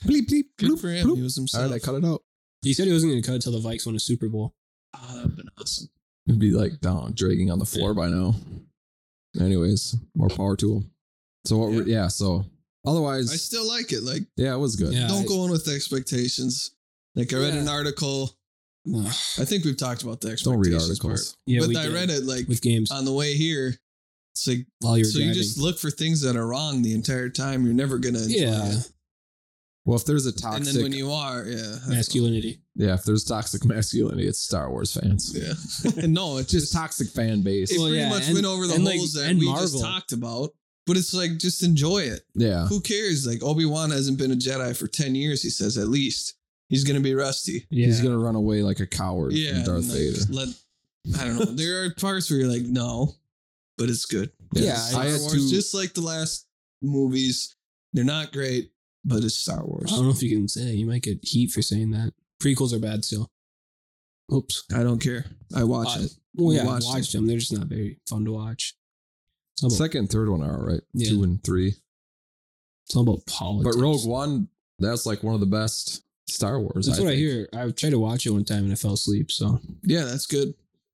Bleep bleep.
Good for him.
bloop.
He was
All
himself.
right, I cut it out.
He said he wasn't going to cut until the Vikes won a Super Bowl.
oh, that would have been awesome.
It'd be like down dragging on the floor by now. Anyways, more power to him. So what? Were, yeah. So
I
otherwise,
still like it. Like,
yeah, it was good.
Yeah.
don't
I-
go in with expectations. Like, I read
Yeah.
an article.
No.
I think we've talked about the
Don't read
expectations
articles.
Yeah,
part.
we
but I
did
read it like
with games
on the way here. It's like
while you're
so
driving.
you just look for things that are wrong the entire time. You're never gonna enjoy
yeah,
it.
Well, if there's a
And
toxic,
then when you are, yeah,
masculinity.
yeah, if there's toxic masculinity, it's Star Wars fans.
yeah. no, it's
It's just
just
toxic fan base.
it
Well,
pretty
yeah,
much
and-
went over the
and, like,
holes that
and
we
Marvel.
just talked about. But it's like just enjoy it.
yeah.
Who cares? Like Obi Wan hasn't been a Jedi for ten years. He says at least he's gonna be rusty.
Yeah,
He's gonna run away like a coward from
Yeah,
Darth
and, like,
Vader.
just let- I don't know. there are parts where you're like, no, but it's good.
Yeah, I
Star
had
Wars,
to-
just like the last movies, they're not great, but it's Star Wars.
I don't know if you can say that. you might get heat for saying that. Prequels are bad still. Oops.
I don't care. I watch
Uh,
it.
Well,
We
yeah, I
watched
watched, them. They're just not very fun to watch. It's all about,
Second, and third one are all right.
Yeah.
Two and three,
it's all about politics.
but Rogue One, that's like one of the best Star Wars.
That's what I
think.
hear. I tried to watch it one time and I fell asleep. So
Yeah, that's good.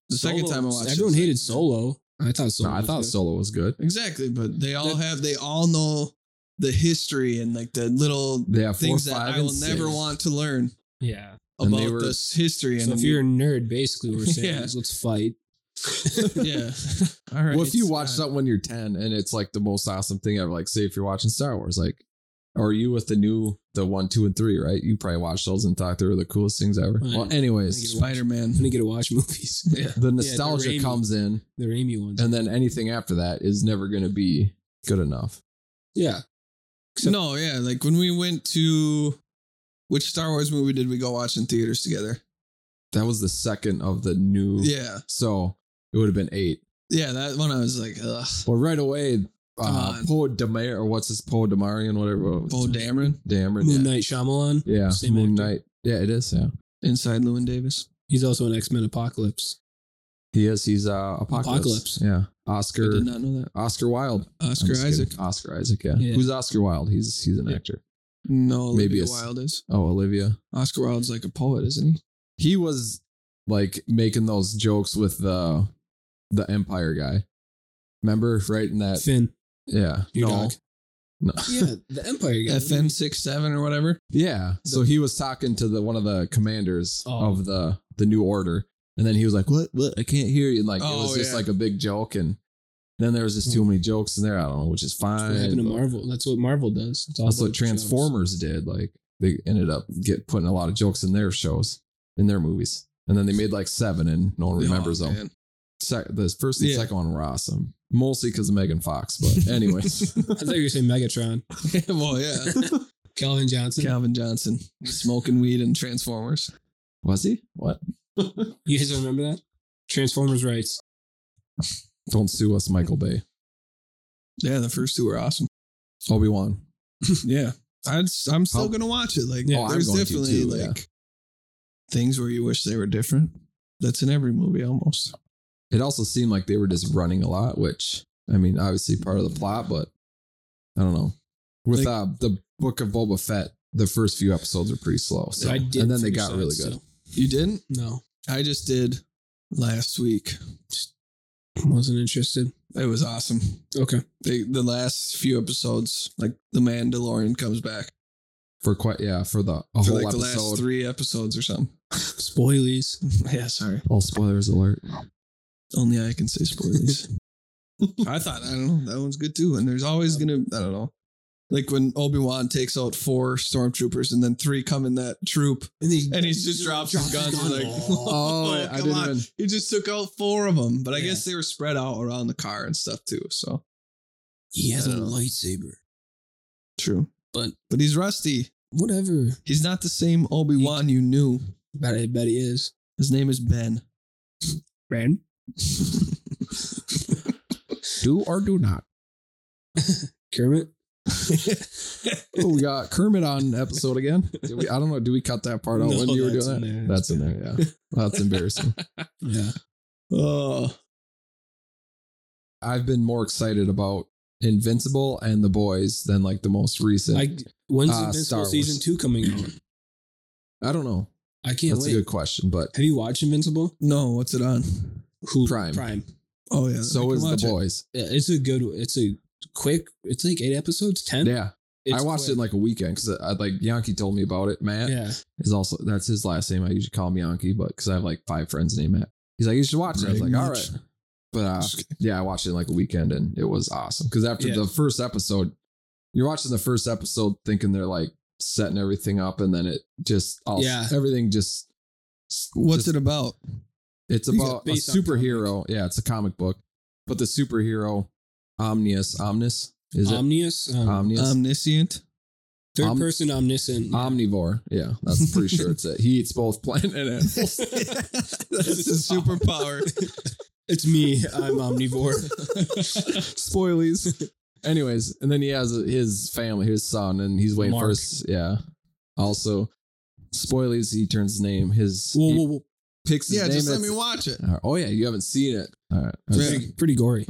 The second
Solo-
time I watched
everyone
it,
hated Solo. I thought Solo.
No, I
was
thought
good.
Solo was good.
Exactly, but they all
That-
have. They all know the history and like the little
Yeah, four,
things that
five,
I will
and
never
six.
want to learn
Yeah.
And they
about
were-
this history. And
So if you're a nerd, basically what we're saying
Yeah.
is let's fight.
yeah, all right.
Well, if you
it's
watch
fine.
something when you're 10 and it's like the most awesome thing ever, like say if you're watching Star Wars, like, or you with the new, the one, two, and three, right? You probably watched those and thought they were the coolest things ever.
Right.
Well, anyways,
Spider
I'm
Man,
gonna get to watch movies.
yeah,
the nostalgia
Raimi.
comes in,
The Raimi ones.
and then anything after that is never going to be good enough.
yeah. Except-
no, yeah. Like when we went to which Star Wars movie did we go watch in theaters together?
That was the second of the new.
Yeah,
So it would have been eight.
yeah. That one I was like, ugh.
Well, right away, uh,
on.
Poe Damar, or what's his Poe Damarian, whatever.
Bo Dameron
Dameron.
Moon
yeah.
Knight Shyamalan.
Yeah.
Same
Moon
actor.
Knight. Yeah, it is. Yeah.
inside Lewin Davis.
He's also in X Men Apocalypse.
He is. He's uh, Apocalypse.
Apocalypse.
Yeah.
I
Oscar.
did not know that.
Oscar Wilde. I'm
Oscar
just
Isaac.
kidding. Oscar Isaac. Yeah.
Yeah.
Who's Oscar Wilde? He's he's an
Yeah.
actor.
No,
Maybe
Olivia
it's-
Wilde is.
Oh, Olivia.
Oscar Wilde's like a poet, isn't he?
He was like making those jokes with the the Empire guy. Remember, right in that?
Finn.
Yeah.
Your
no.
dog.
No.
Yeah, the Empire guy.
FM six seven or whatever.
Yeah. So he was talking to the one of the commanders
Oh.
of the the new order, and then he was like, "What? What? I can't hear you." And like it
Oh,
was just
yeah.
like a big joke, and then there was just too many jokes in there. I don't know, which is fine.
Hmm. What happened to
but-
Marvel? That's what Marvel does. It's all
That's
about
what
jokes.
Transformers did. Like they ended up get putting a lot of jokes in their shows, in their movies, and then they made like seven, and no one remembers
Oh,
them.
man.
Sec- the first and
Yeah.
second one were awesome, mostly because of Megan Fox. But anyways,
I thought you were saying Megatron.
well, yeah.
Calvin Johnson.
Calvin Johnson smoking weed and Transformers.
was he? What?
you guys remember that? Transformers rights.
Don't sue us, Michael Bay.
Yeah, the first two were awesome.
Obi Wan.
yeah, I'd, I'm still
How-
gonna watch it. Like,
Yeah. Oh,
I'm
there's
going to
definitely
too, yeah.
like things where you wish they were different. That's in every movie almost.
It also seemed like they were just running a lot, which I mean, obviously part of the plot, but I don't know. With
Like-
uh, the book of Boba Fett, the first few episodes are pretty slow. So
I did
and then they
finish
got
that,
really
so-
good.
You didn't?
No,
I just did last week.
wasn't interested.
It was awesome.
Okay.
They, the last few episodes, like the Mandalorian comes back
For quite yeah, for the a
for
whole
like the last
episode.
three episodes or something.
Spoilies.
yeah, sorry.
All spoilers alert.
Only I can say spoilers. I thought I don't know that one's good too, and there's always gonna I don't know, like when Obi Wan takes out four stormtroopers and then three come in that troop,
And, he,
and he just drops his guns. Like,
Oh, I
come
didn't
on.
even-
He just took out four of them, but I
Yeah.
guess they were spread out around the car and stuff too. So
he has
I
a
don't know.
lightsaber.
true,
But-
but he's rusty.
Whatever.
He's not the same Obi Wan you knew.
Bet I bet he is.
His name is Ben.
Brand.
Do or do not.
Kermit.
Oh, we got Kermit on episode again. Did we, I don't know. Do we cut that part out
No,
when you were
that's
doing that?
in there.
That's in there. Yeah, that's embarrassing.
Yeah.
Oh,
I've been more excited about Invincible and the boys than like the most recent. I,
I, when's
Uh,
Invincible
Star Wars.
season two coming out?
don't know.
I can't
That's
wait.
a good question, but
Have you watched Invincible?
no, what's it on?
Who
Prime.
Prime.
Oh yeah, I
so
can
is the
watch it.
boys.
Yeah, it's a good. It's a quick. It's like eight episodes. Ten.
Yeah,
It's
I watched it in like
quick.
a weekend because I like Yankee told me about it. Matt
yeah.
is also that's his last name. I usually call him Yankee, but because I have like five friends named Matt, he's like you should watch it. I was
Very
like all
much.
right, but uh,
Just kidding.
yeah, I watched it in like a weekend and it was awesome. Because after
Yeah.
the first episode, you're watching the first episode thinking they're like setting everything up, and then it just all,
Yeah.
everything just
What's
just-
it about?
It's
Yeah,
about a
based on
superhero. Yeah, it's a comic book, but the superhero Omnius Omnis is it
Omnius. Um,
Omnius
Omniscient.
third
Om-
person omniscient.
Omnivore? Yeah, that's pretty sure it's it. He eats both plant and animal.
That's a superpower.
it's me. I'm omnivore.
Spoilies. Anyways, and then he has his family, his son, and he's waiting for
Mark.
his yeah. Also, spoilies. He turns his name. His
Whoa,
he
whoa, whoa.
picks his
yeah,
name.
just let
it's-
me watch it.
All right. Oh yeah, you haven't seen it. All right.
Yeah.
Pretty, pretty gory.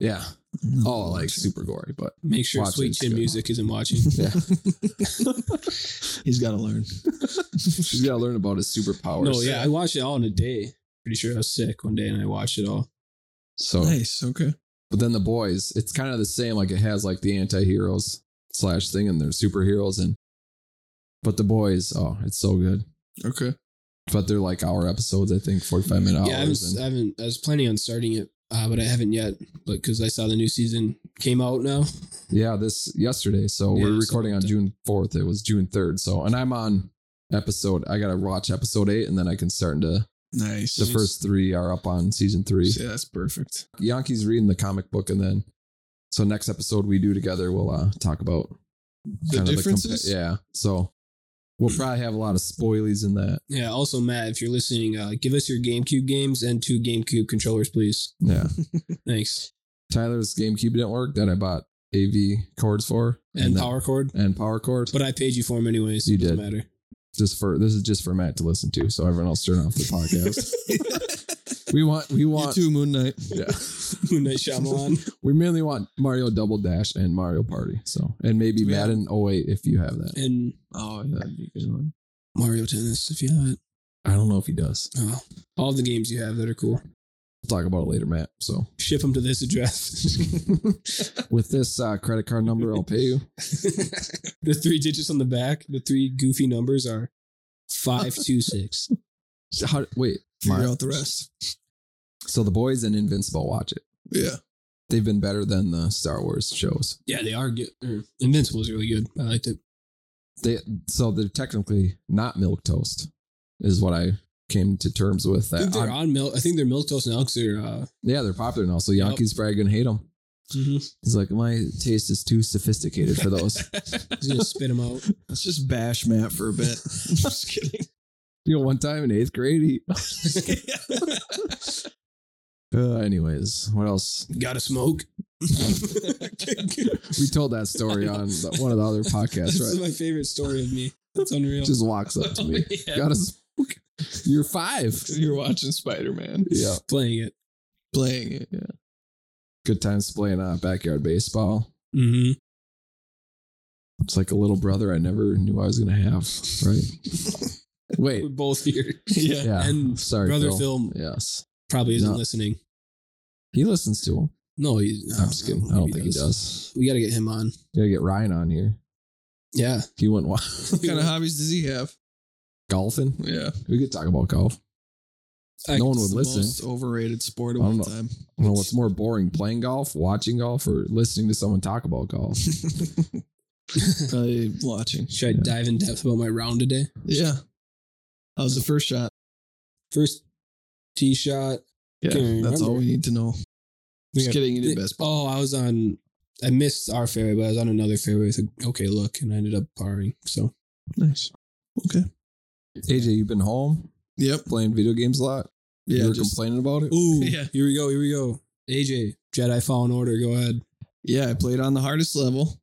Yeah. Oh, like super gory, but
Make sure
Watch it,
Sweet
it's
Chin
good.
Music isn't watching.
yeah.
He's got to learn.
She's got to learn about his superpowers.
no, yeah, I watched it all in a day. Pretty sure I was sick one day and I watched it all.
So,
Nice. Okay.
but then the boys, it's kind of the same. Like it has like the anti-heroes slash thing and they're superheroes. And, but the boys, oh, it's so good.
Okay.
But they're like hour episodes, I think, 45 minute
yeah, I
hours.
haven't, I
and
haven't. I was planning on starting it, uh, but I haven't yet. But because I saw the new season came out now.
yeah, this yesterday. So
Yeah,
we're
so
recording on
the-
June 4th. It was June 3rd. So, and I'm on episode, I got to watch episode eight and then I can start into
Nice.
the first three are up on season three.
Yeah, that's perfect.
Yankees reading the comic book, and then so next episode we do together, we'll uh, talk about
The
kinda compa-
differences.
yeah, so we'll probably have a lot of spoilies in that.
Yeah. Also, Matt, if you're listening, uh, give us your GameCube games and two GameCube controllers, please.
Yeah,
Thanks.
Tyler's GameCube didn't work that I bought AV cords for
And
that-
power cord.
and power cords
But I paid you for them anyways.
You
it doesn't
did.
matter.
just for this is just for Matt to listen to. So everyone else turn off the podcast. we want we
you
want
too, Moon Knight.
yeah
Moon Knight Shyamalan.
we mainly want Mario Double Dash and Mario Party. So and maybe
Yeah.
Madden 08 if you have that.
and
Oh, yeah, that'd be a good one.
Mario Tennis, if you haven't.
I don't know if he does.
Oh, all the games you have that are cool.
We'll talk about it later, Matt. So.
Ship them to this address.
with this uh, credit card number, I'll pay you.
the three digits on the back, the three goofy numbers are 526.
How, wait,
Figure
Mar-
out the rest.
so the boys and Invincible watch it.
Yeah.
They've been better than the Star Wars shows.
yeah, they are good. Or, Invincible is really good. I liked it.
They so they're technically not milk toast, is what I came to terms with.
I think
That
they're
I'm-
on milk. I think they're milk toast now because they're. Uh,
yeah, they're popular now. So Yankees probably gonna hate them. He's like, my taste is too sophisticated for those.
He's gonna spit them out.
Let's just bash Matt for a bit. just kidding.
you know, one time in eighth grade, he. Uh, anyways, what else?
Gotta smoke.
We told that story on the, one of the other podcasts,
This
right?
is my favorite story of me. That's unreal.
just walks up to me.
Yeah.
Got a smoke. You're five.
You're watching Spider Man.
Yeah.
playing it.
playing it. Yeah.
Good times playing uh, backyard baseball.
Mm-hmm.
It's like a little brother I never knew I was gonna have. Right? Wait.
We're both here.
Yeah.
Yeah.
And
Sorry,
brother
Phil.
Phil
Yes.
probably isn't
No.
listening.
He listens to him.
No, he, no,
I'm just kidding. I don't think he does.
We got to get him on.
Gotta get Ryan on here.
Yeah.
He went wa-
What kind of hobbies does he have?
golfing.
Yeah.
We could talk about golf.
I
No one
think it's
would
the
listen.
Most overrated sport of
I don't
all
know.
time.
I don't know what's more boring: playing golf, watching golf, or listening to someone talk about golf.
Probably watching.
Should I
Yeah.
dive in depth about my round today?
Yeah. That was the first shot.
First tee shot.
Yeah.
Can't
That's all
remember.
we need to know.
We
Just
got-
kidding. You did best.
Oh, I was on. I missed our fairway, but I was on another fairway with a okay look, and I ended up parring. So
Nice. Okay.
AJ, you've been home
Yep.
playing video games a lot.
Yeah.
you were
just-
complaining about it.
Ooh,
Yeah.
here we go, here we go. AJ, Jedi Fallen Order, go ahead.
Yeah, I played on the hardest level.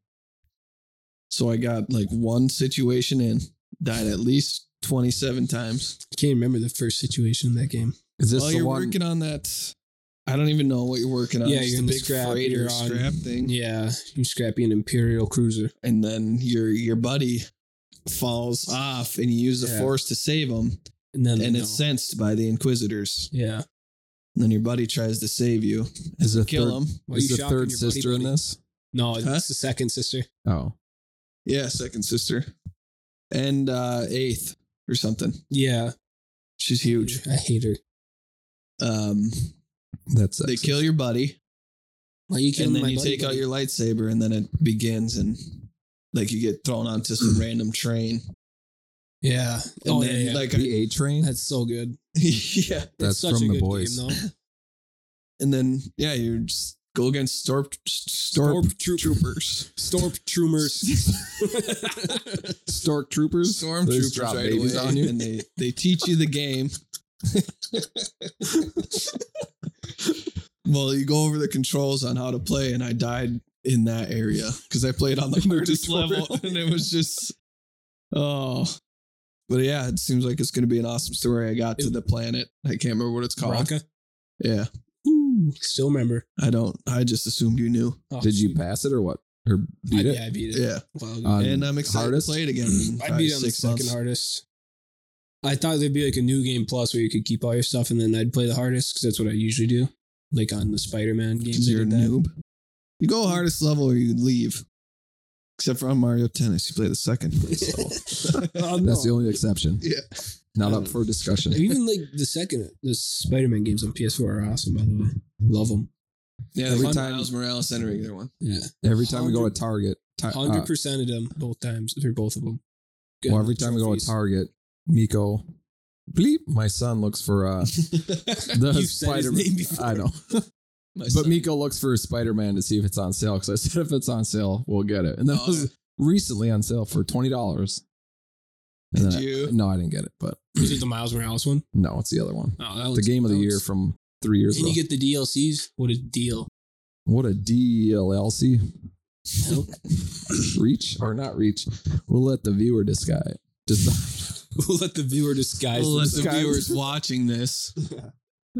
So I got like one situation in, died at least 27 times.
Can't remember the first situation in that game.
Is this
While
the
you're
one?
working on that, I don't even know what you're working on.
Yeah,
It's
you're in the scrap,
freighter
you're on-
strap thing.
Yeah, you scrappy an Imperial cruiser.
And then your your buddy falls off and you use the
Yeah.
force to save him.
And then
And
no.
it's sensed by the Inquisitors.
Yeah.
And then your buddy tries to save you.
is the
Kill
third,
him.
Why
is
you
the
shocking
third
your buddy,
sister in
buddy?
this?
No,
Huh?
it's the second sister.
Oh,
Yeah, second sister. And uh eighth or something.
Yeah.
She's huge.
I hate her.
Um
that's
they kill your buddy.
Why you killing
and then
my
you
buddy,
take out
buddy?
your lightsaber and then it begins and like you get thrown onto some random train
Yeah.
and
oh,
then
yeah, yeah.
like I-
the A train.
That's so good.
yeah
That's
it's such
from
a
the
good
boys.
game though.
and then yeah you just go against storm storm
Stormtroopers. Stormtroopers.
Stork troopers.
storm
They just
troopers
drop
right
babies
away
on you.
and they they teach you the game well you go over the controls on how to play and i died in that area because i played on the hardest level and it was just oh but yeah it seems like it's going to be an awesome story i got to the planet i can't remember what it's called
Bronca.
yeah
Ooh, still remember.
i don't i just assumed you knew
Oh,
Did you
sweet.
pass it or what? Or
I,
beat it?
yeah, I beat it.
yeah Uh,
Wow.
On
and i'm excited
hardest?
to play it again in
I
probably
beat it on the
six
second
months.
hardest. I thought there'd be like a new game plus where you could keep all your stuff and then I'd play the hardest because that's what I usually do. Like on the Spider Man games. I
you're a
did that.
noob you go hardest level or you leave except for on mario tennis you play the second place level
Oh,
That's the
no.
only exception.
Yeah.
Not up for discussion.
Even like the second, the Spider Man games on PS4 are awesome, by the way. Love them.
yeah
Every
every time
time-
miles morales and a regular one
Yeah.
Every time we go to Target, ta- uh,
100% of them, both times, for both of them.
well, every time we go to Target, Miko, bleep, my son looks for uh, the
You've said his
Spider
name before.
I know.
My
But
son-
Miko looks for Spider Man to see if it's on sale because I said if it's on sale, we'll get it. And that
Oh,
was recently on sale for $20. And
Did
then I-
you?
no, I didn't get it, but
Is it the Miles Morales one?
no, it's the other one.
Oh, that
The game of the year from three years
And
ago.
you get the DLCs. What a deal.
what a E DLLC. reach or not reach. We'll let the viewer decide. Decide.
we'll let the viewer disguise
Well, let the
themselves.
viewers watching this.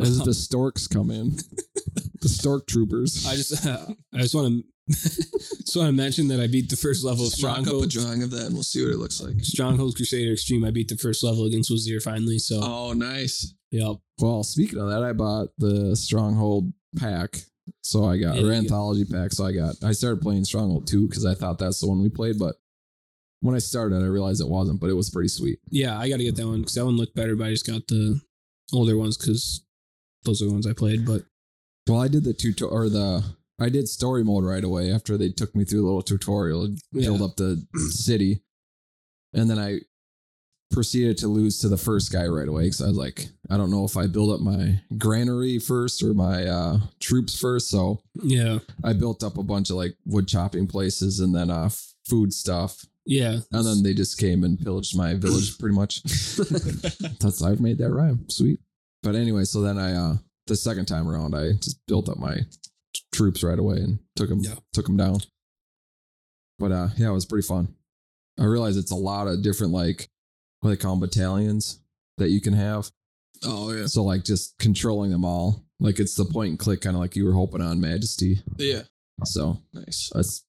As the storks come in, the stork troopers.
I just, I just want to, just want to mention that I beat the first level of
Just rock up a
Stronghold,
drawing of that and we'll see what it looks like.
Stronghold Crusader Extreme. I beat the first level against Wazir finally. So,
Oh, nice.
yep.
well, speaking of that, I bought the Stronghold pack. So I got
Yeah,
or
you get-
anthology pack. So I got I started playing Stronghold 2 because I thought that's the one we played, but when I started, I realized it wasn't, but it was pretty sweet.
Yeah, I got to get that one because that one looked better, but I just got the older ones because those are the ones I played. But
Well, I did the tutorial or the I did story mode right away after they took me through the little tutorial and build
Yeah.
up the city. And then I proceeded to lose to the first guy right away because I was like, I don't know if I build up my granary first or my uh, troops first. So
yeah,
I built up a bunch of like wood chopping places and then uh, food stuff.
yeah.
And then they just came and pillaged my village pretty much. That's I've made that rhyme. Sweet. But anyway, so then I uh the second time around I just built up my t- troops right away and took
Um,
them
Yeah.
took them down. But uh yeah, it was pretty fun. I realize it's a lot of different like what do they call 'em, battalions that you can have.
Oh, yeah.
So like just controlling them all Like it's the point and click, kind of like you were hoping on Majesty.
Yeah.
So
Nice.
that's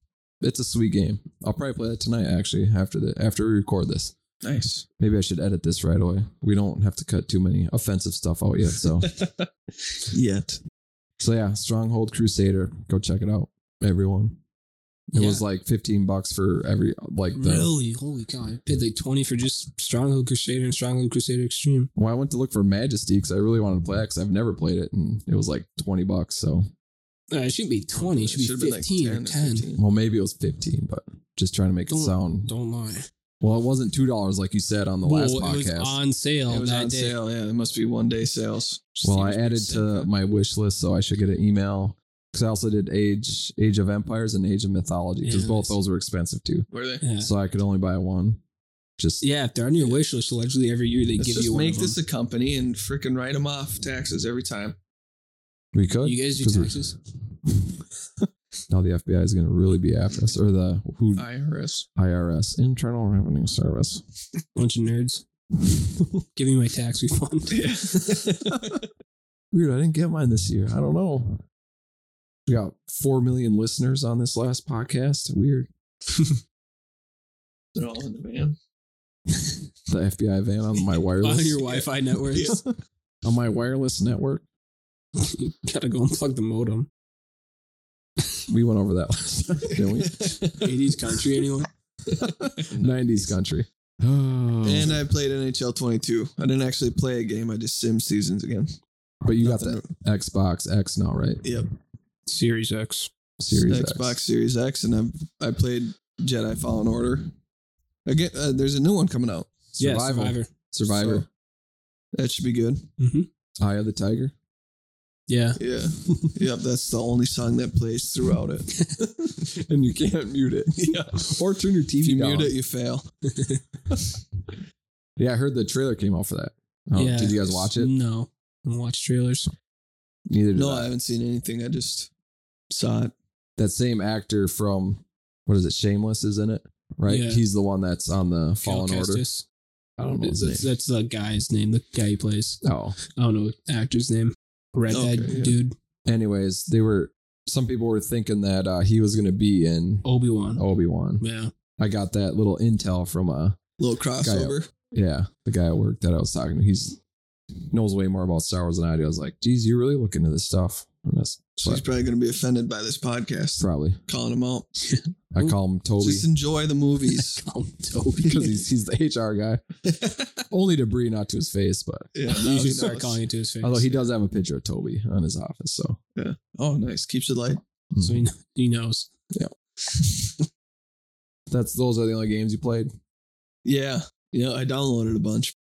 it's a sweet game. I'll probably play that tonight. Actually, after the after we record this,
Nice.
maybe I should edit this right away. We don't have to cut too many offensive stuff out yet. So
Yet.
so yeah, Stronghold Crusader. Go check it out, everyone. It was like fifteen bucks for every like the.
really? Holy cow. I paid like 20 for just Stronghold Crusader and Stronghold Crusader Extreme.
Well, I went to look for Majesty because I really wanted to play it because I've never played it and it was like twenty bucks. So
Uh, it shouldn't be 20. It should
should've
be
been like
15 or 10.
15.
well, maybe it was fifteen, but just trying to make it
Don't-
sound.
Don't lie.
Well, it wasn't two dollars like you said on the last
Well, It was
podcast.
on sale
It was
that
on
day.
sale. Yeah, it must be one day sales.
Well, I
Seems
added to my wish list, so I should get an email because I also did Age Age of Empires and Age of Mythology because
Yeah,
both
nice.
those were expensive too.
Were they?
Yeah.
So I could only buy one. Just
yeah, if they're on your wish list, allegedly every year they
Let's
give
just
you one.
make
of
this
them.
a company and freaking write them off taxes every time.
we could.
You guys do
'cause we-
taxes?
now the FBI is going to really be after us or the who
Uh,
IRS.
IRS Internal Revenue Service.
Bunch of nerds. give me my tax refund.
Weird, I didn't get mine this year. I don't know. We got four million listeners on this last podcast. Weird.
They're all in the van.
The FBI van on my
on
wireless
your Wi-Fi networks.
on my wireless network.
you gotta go and plug the modem.
We went over that last time, didn't we?
80s country, anyone?
90s country. and
uh,
And
Hmm.
I played NHL 22. I didn't actually play a game. I just sim seasons again.
but you got the
Nothing-
Xbox X now, right?
Yep.
Series X.
Series
Xbox
X.
Series X, and I I played Jedi Fallen Order. Again, uh, there's a new one coming out.
Yeah,
Survival.
Survivor.
Survivor.
So that should be good.
Eye of the Tiger.
Yeah.
Yeah. yep. That's the only song that plays throughout it.
and you can't mute it.
yeah.
Or turn your TV
If you
down.
mute it, you fail.
Yeah, I heard the trailer came out for that. Oh,
yeah.
Did you guys watch it?
No. I don't watch trailers.
Neither did
No,
I.
I haven't seen anything. I just saw it.
That same actor from, what is it, Shameless is in it, right?
Yeah.
He's the one that's on the Fallen
Cal
Order.
Kestis.
I don't know his
That's,
name.
that's the guy's name, the guy he plays.
Oh.
I don't know the actor's name. Red
Okay,
eyed
yeah.
dude,
Anyways, they were, some people were thinking that uh, he was going to be in
Obi Wan.
Oh. Obi-Wan.
Yeah.
I got that little intel from uh
Little crossover.
yeah, the guy at work that I was talking to. He's knows way more about Star Wars than I do. I was like, geez, you really look into this stuff. And that's
So he's
but
probably going to be offended by this podcast.
probably.
Calling him out.
I call him Toby
Just enjoy the movies.
Oh, Toby.
because he's he's the HR guy. Only to Bree, not to his face, but
yeah. now
you
he
should start
knows.
calling it to his face.
although he does have a picture of Toby on his office, so
Oh, nice. Keeps it light.
So he, kn- he knows.
that's those are the only games you played.
Yeah. Yeah. I downloaded a bunch.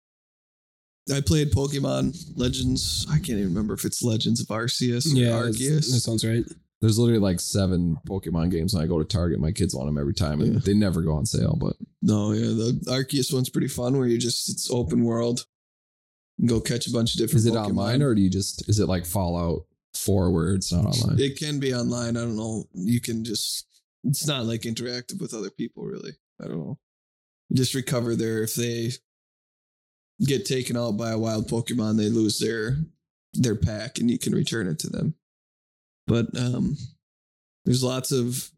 I played Pokemon Legends. I can't even remember if it's Legends of Arceus or
Yeah. that's- That
Arceus.
sounds right.
There's literally like seven Pokemon games when I go to Target. My kids want them every time, and
Yeah.
they never go on sale. But
No, yeah. The Arceus one's pretty fun where you just, it's open world. You go catch a bunch of different
is it
Pokemon.
online or do you just is it like Fallout Four where it's not online?
It can be online. I don't know. You can just it's not like interactive with other people really. I don't know. You just recover their if they get taken out by a wild Pokemon, they lose their their pack and you can return it to them. But um there's lots of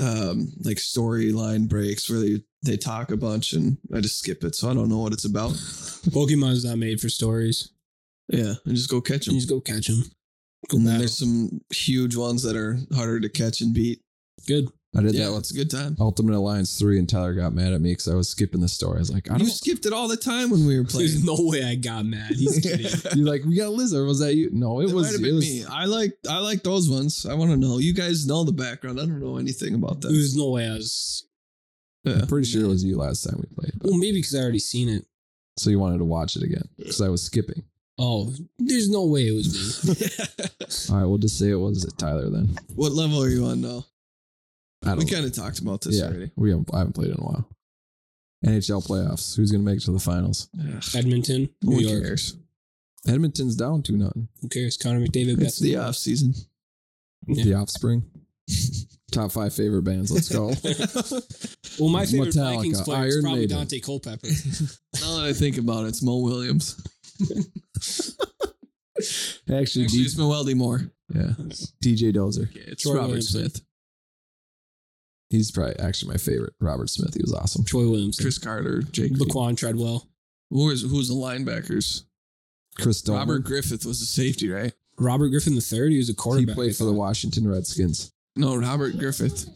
um like storyline breaks where they they talk a bunch and I just skip it. So I don't know what it's about.
Pokemon's not made for stories.
Yeah, and just go catch
You
them.
just go catch him. Go
And then
battle.
there's some huge ones that are harder to catch and beat.
Good.
I did
Yeah,
that with
it's a good time.
Ultimate Alliance 3 and Tyler got mad at me because I was skipping the story. I was like, I
you
don't
skipped it all the time when we were
There's
playing.
no way I got mad. He's kidding.
You're like, we got Lizard. Was that you? No, it,
It, might
was,
have
it
been
was
me. I like I like those ones. I want to know. You guys know the background. I don't know anything about that.
There's no way I was.
Yeah.
I'm pretty sure it was you last time we played. but-
Well, maybe because I already seen it.
so you wanted to watch it again because I was skipping.
Oh, there's no way it was me.
All right, we'll just say it was Tyler then.
what level are you on now?
I don't
We
know.
kind of talked about this
yeah,
already.
we haven't, I haven't played in a while. NHL playoffs. Who's going to make it to the finals?
Ugh.
Edmonton, New
Who
York.
cares?
Edmonton's down 2 nothing.
Who cares? Connor McDavid.
It's
best
the off season.
Yeah.
The offspring. Top five favorite bands. Let's go.
Well, my favorite
Metallica,
Vikings player is
Iron
probably
Maiden.
Dante Culpepper.
now that I think about it, it's Mo Williams.
Actually,
Actually,
D-
it's Meweldy Moore.
yeah, DJ Dozer.
It's
Troy
Robert
Williams.
Smith.
He's probably actually my favorite. Robert Smith. He was awesome.
Troy Williams,
Chris Carter, Jake.
Laquan Treadwell,
Who is who's the linebackers?
Chris Dolman.
Robert Griffith was the safety, right?
Robert Griffin III. He was a
he
quarterback.
played for the Washington Redskins.
No, Robert Griffith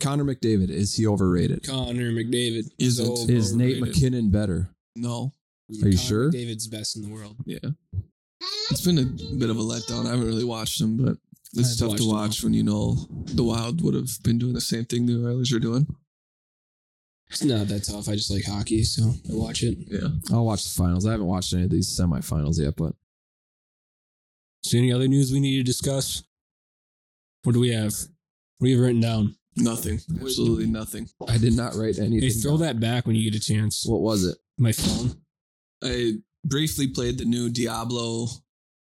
Connor McDavid. Is he overrated?
Connor McDavid.
isn't.
So-
Is Nate
Overrated.
McKinnon better?
no,
Are you
Connor
sure?
McDavid's best in the world.
yeah. It's been a bit of a letdown. I haven't really watched them, but it's
I've
tough to
watched
watch when you know the Wild would have been doing the same thing the Oilers are doing.
It's not that tough. I just like hockey, so I watch it.
Yeah,
I'll watch the finals. I haven't watched any of these semifinals yet, but
So, any other news we need to discuss? What do we have? What do you have written down?
nothing. Absolutely nothing.
I did not write anything.
Hey, throw
down.
that back when you get a chance.
What was it?
My phone.
I briefly played the new Diablo.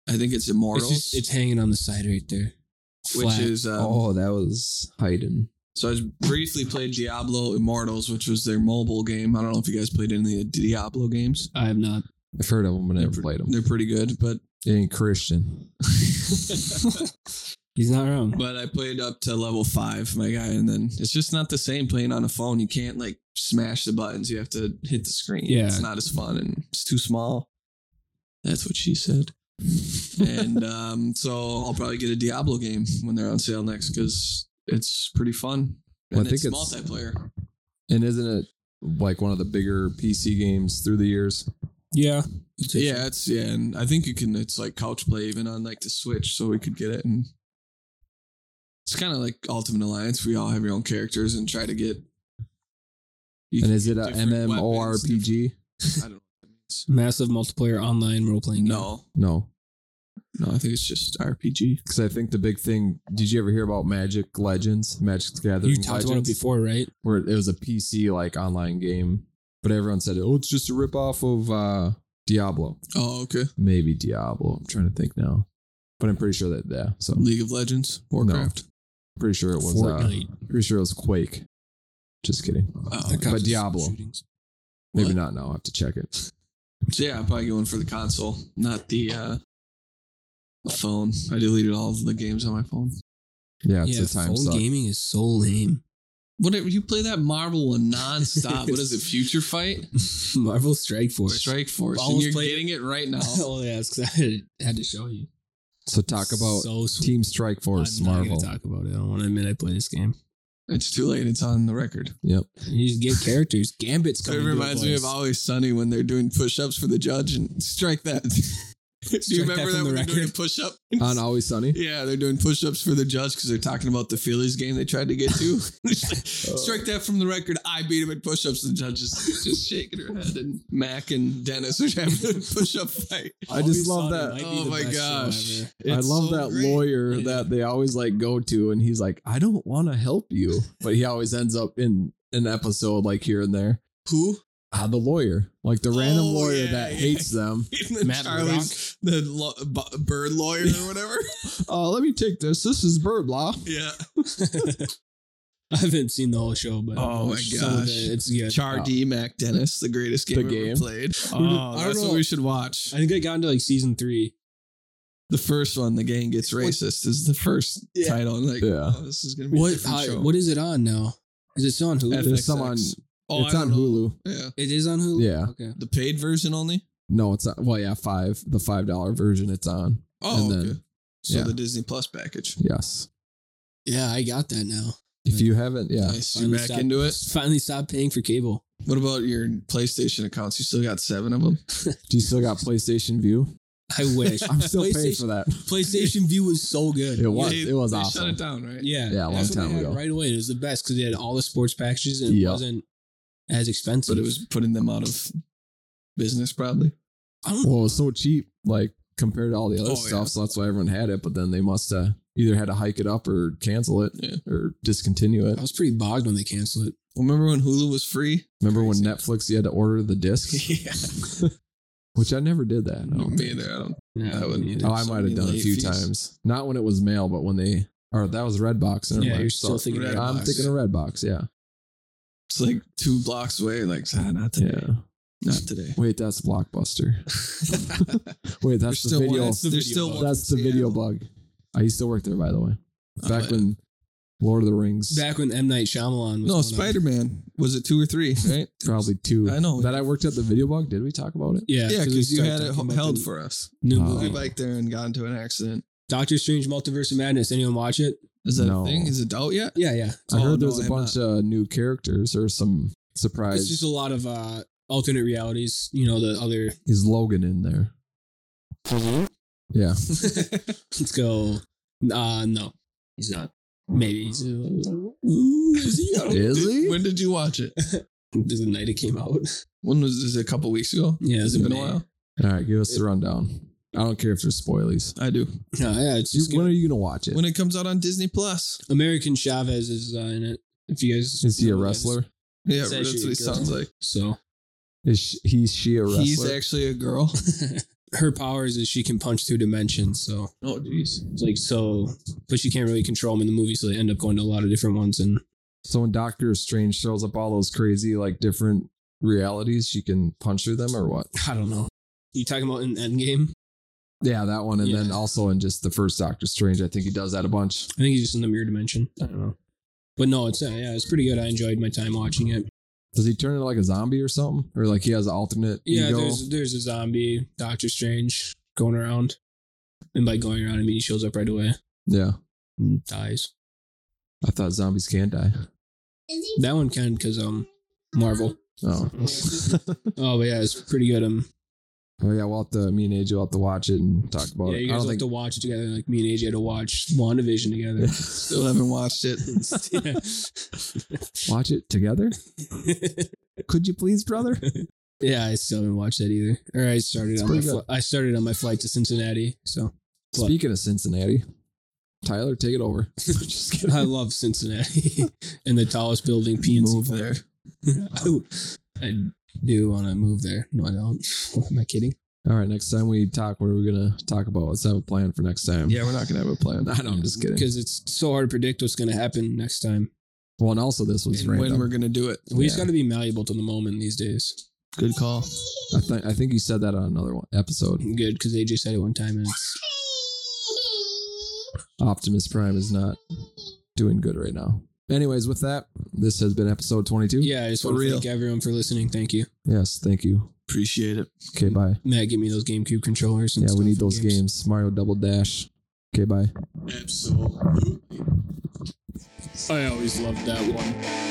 I think it's Immortals,
It's, just, it's hanging on the side right there.
which is um,
oh, that was Hayden.
So I briefly played Diablo Immortals, which was their mobile game. I don't know if you guys played any of the Diablo games.
I have not.
I've heard of him, but never played him.
They're pretty good, but
And Christian.
He's not
Mm-hmm.
wrong.
but I played up to level five, my guy, and then it's just not the same playing on a phone. You can't like smash the buttons. You have to hit the screen.
Yeah.
it's not as fun and it's too small. That's what she said. and um, so I'll probably get a Diablo game when they're on sale next because it's pretty fun.
Well, I
And
think
it's,
it's-
multiplayer.
And isn't it like one of the bigger PC games through the years?
yeah.
Yeah, it's yeah, and I think you can. It's like couch play even on like the Switch, so we could get it. And it's kind of like Ultimate Alliance. We all have your own characters and try to get. You
And is it a
different
MMORPG?
weapons, different-
Massive multiplayer online role
I
playing.
don't
game.
know.
No,
No, no, I think it's just RPG.
because I think the big thing. Did you ever hear about Magic Legends? Magic the Gathering.
You talked about it
Legends?
before, right?
Where it was a PC like online game, but everyone said, "Oh, it's just a ripoff of uh, Diablo."
Oh, okay.
Maybe Diablo. I'm trying to think now, but I'm pretty sure that yeah. So I'm
League of Legends, Warcraft.
pretty sure it was uh,
Fortnite.
pretty sure it was Quake. Just kidding.
Oh,
That
okay.
causes
Diablo.
shootings.
Maybe
What?
not now. I will have to check it.
So yeah, I'm probably going for the console, not the uh, the phone. I deleted all of the games on my phone.
Yeah, it's
Yeah,
a time
phone
suck.
gaming is so lame.
Whatever you play that Marvel one nonstop. what is it? Future Fight.
Marvel Strike Force.
Strike Force. and
Almost
you're
played it.
getting it right now.
oh yeah, because I had, had to show you.
So talk about
so sw-
Team Strike Force
I'm not gonna
Marvel.
talk about it. I don't want to admit I play this game.
It's too late. It's on the record.
Yep.
You just get characters. Gambit's coming.
it reminds me of Always Sunny when they're doing push-ups for the judge and strike that. Do you
Strike that from
remember that
the
when they're doing
record?
push-up?
On Always Sunny.
Yeah, they're doing push-ups for the judge because they're talking about the Phillies game they tried to get to. strike that from the record. I beat him at push-ups. The judge is just shaking her head, and Mac and Dennis are having a push-up fight.
I just love that.
Oh my gosh!
I
It's
love
so
that
great.
lawyer that they always like go to, and he's like, "I don't want to help you," but he always ends up in an episode like here and there.
Who?
Ah, the lawyer, like the random
Oh,
lawyer
yeah,
that
yeah.
hates them.
The
Matt
Charlie's the lo- bu- bird lawyer or whatever.
Oh, let me take this. This is bird law.
yeah.
I haven't seen the whole show, but
Oh my
some of
gosh.
it, it's good.
Char D Mac Dennis, the greatest game
The
ever
game?
played.
Oh,
I
that's
don't know.
what
what we should watch.
I think I got into like season three.
The first one, the gang gets racist, is the first
Yeah.
title. And like,
Yeah.
oh, this is gonna be a
What?
different
I-
show.
what is it on now? Is it still on Hulu?
There's some on.
FXX. Oh, I
it's on
don't know.
Hulu.
Yeah,
It is on Hulu.
Yeah.
Okay.
the paid version only.
No, it's not. Well, yeah, five. The five dollar version. It's on.
Oh,
And then-
okay. So
yeah.
the Disney Plus package.
Yes.
Yeah, I got that now.
If you haven't, yeah.
Nice. You back
stopped-
into it.
Finally, stopped paying for cable.
What about your PlayStation accounts? You still got seven of them.
Do you still got PlayStation View?
I wish.
I'm still paying
PlayStation,
for that.
PlayStation View was so good.
It was.
They-
it was
they
awesome.
Shut it down, right?
Yeah,
Yeah, a long
that's what
time
they had
ago.
Right away, it was the best because they had all the sports packages and it
Yeah.
wasn't as expensive.
But it was putting them out of business, probably.
I don't know.
Well, it was so cheap, like compared to all the other
Oh,
stuff.
yeah.
So that's why everyone had it. But then they must have either had to hike it up or cancel it
Yeah.
or discontinue it.
I was pretty bogged when they canceled it.
Remember when Hulu was free?
Remember when Netflix you had to order the disc,
yeah.
which I never did that. I don't
Me
think.
either. I don't
Yeah,
I wouldn't either.
Oh, I
So
might have
many
done a
late
few
fees.
times. Not when it was mail, but when they or that was Redbox. Never
Yeah,
mind.
you're still
Sorry.
thinking.
Red
about
I'm
Box.
thinking of Redbox. Yeah,
It's like two blocks away. Like, ah, not today.
yeah.
Not today.
Wait, that's Blockbuster. Wait, that's the
still one-
video.
that's the
That's
There's video still
the,
bug. one in
video
Seattle.
bug. I used to work there, by the way. Back
yeah.
when Lord of the Rings,
Back when M Night Shyamalan was
no,
on
Spider Man was it two or three? Right?
probably two.
I know.
that I worked at the video bug. Did we talk about it?
Yeah,
Yeah,
we
because you
started
had it
talking about
held
the
for us.
new
Oh.
We
movie.
biked there and got into an accident.
Doctor Strange Multiverse of Madness. Anyone watch it?
Is that
No.
a thing? Is it out yet?
Yeah, yeah.
I
Oh,
heard
no,
there's
I
a
have
bunch of new characters or some
It's
surprise.
just a lot of uh alternate realities. You know, the other.
Is Logan in there? Yeah.
Let's go. Uh no, he's not. Maybe he's. Uh, ooh, is he? I don't-
Is
Did-
he?
When did you watch it?
the night it came out.
When was this? A couple weeks ago.
Yeah,
Has
it's
it been
May.
a while?
All right, give us the rundown. I don't care if there's spoilies.
I do.
No, yeah, it's
You-
just
when
good.
are you gonna watch it?
When it comes out on Disney Plus.
American Chavez is uh, in it. If you guys
Is he a
know who that
wrestler?
Yeah,
It's
that's
actually
what he
good.
sounds like.
So
Is she, he's she a wrestler?
He's actually a girl.
her powers is she can punch through dimensions. So
Oh, jeez.
it's like so, but she can't really control them in the movie, so they end up going to a lot of different ones. And
so when Doctor Strange throws up all those crazy like different realities, she can punch through them or what?
I don't know. You talking about in Endgame?
Yeah, that one, and
Yeah.
then also in just the first Doctor Strange, I think he does that a bunch.
I think he's just in the mirror dimension. I don't know. But no, it's uh, yeah, it's pretty good. I enjoyed my time watching it.
Does he turn into like a zombie or something, or like he has an alternate
Yeah,
ego?
there's there's a zombie Doctor Strange going around, and by going around, I mean he shows up right away
Yeah,
and dies.
I thought zombies can die.
That one can because um Marvel.
Oh,
Oh, but yeah, it's pretty good. Um,
oh yeah, we'll have to me and AJ will have to watch it and talk about
yeah,
it.
you
I
guys
don't
like
think
to watch it together. Like me and AJ had to watch WandaVision together.
Still haven't watched it.
watch it together. Could you please, brother?
yeah, I still haven't watched that either. Or I started
It's
on my
pretty
fli- I started on my flight to Cincinnati. So What?
Speaking of Cincinnati, Tyler, take it over. Just kidding.
I love Cincinnati and the tallest building PNC.
Move
Park.
there.
I, would- I do want to move there. No, I don't. Am I kidding?
All right, next time we talk, what are we gonna talk about? Let's have a plan for next time.
Yeah, we're not gonna have a plan.
I know. I'm just kidding.
Because it's so hard to predict what's going to happen next time.
Well, and also this was
And
random.
when we're gonna do it?
We just
Yeah.
got to be malleable to the moment these days.
Good call.
I think I think you said that on another one episode.
Good, because AJ said it one time, and it's
Optimus Prime is not doing good right now. Anyways, with that, this has been episode 22.
yeah. I just
For
want to
real.
thank everyone for listening. Thank you,
Yes, thank you.
Appreciate it.
Okay, bye.
Matt. Give me those GameCube controllers. And
Yeah, we
stuff
need
for
those games. Mario Double Dash. Okay, bye.
Absolutely.
I always loved that one.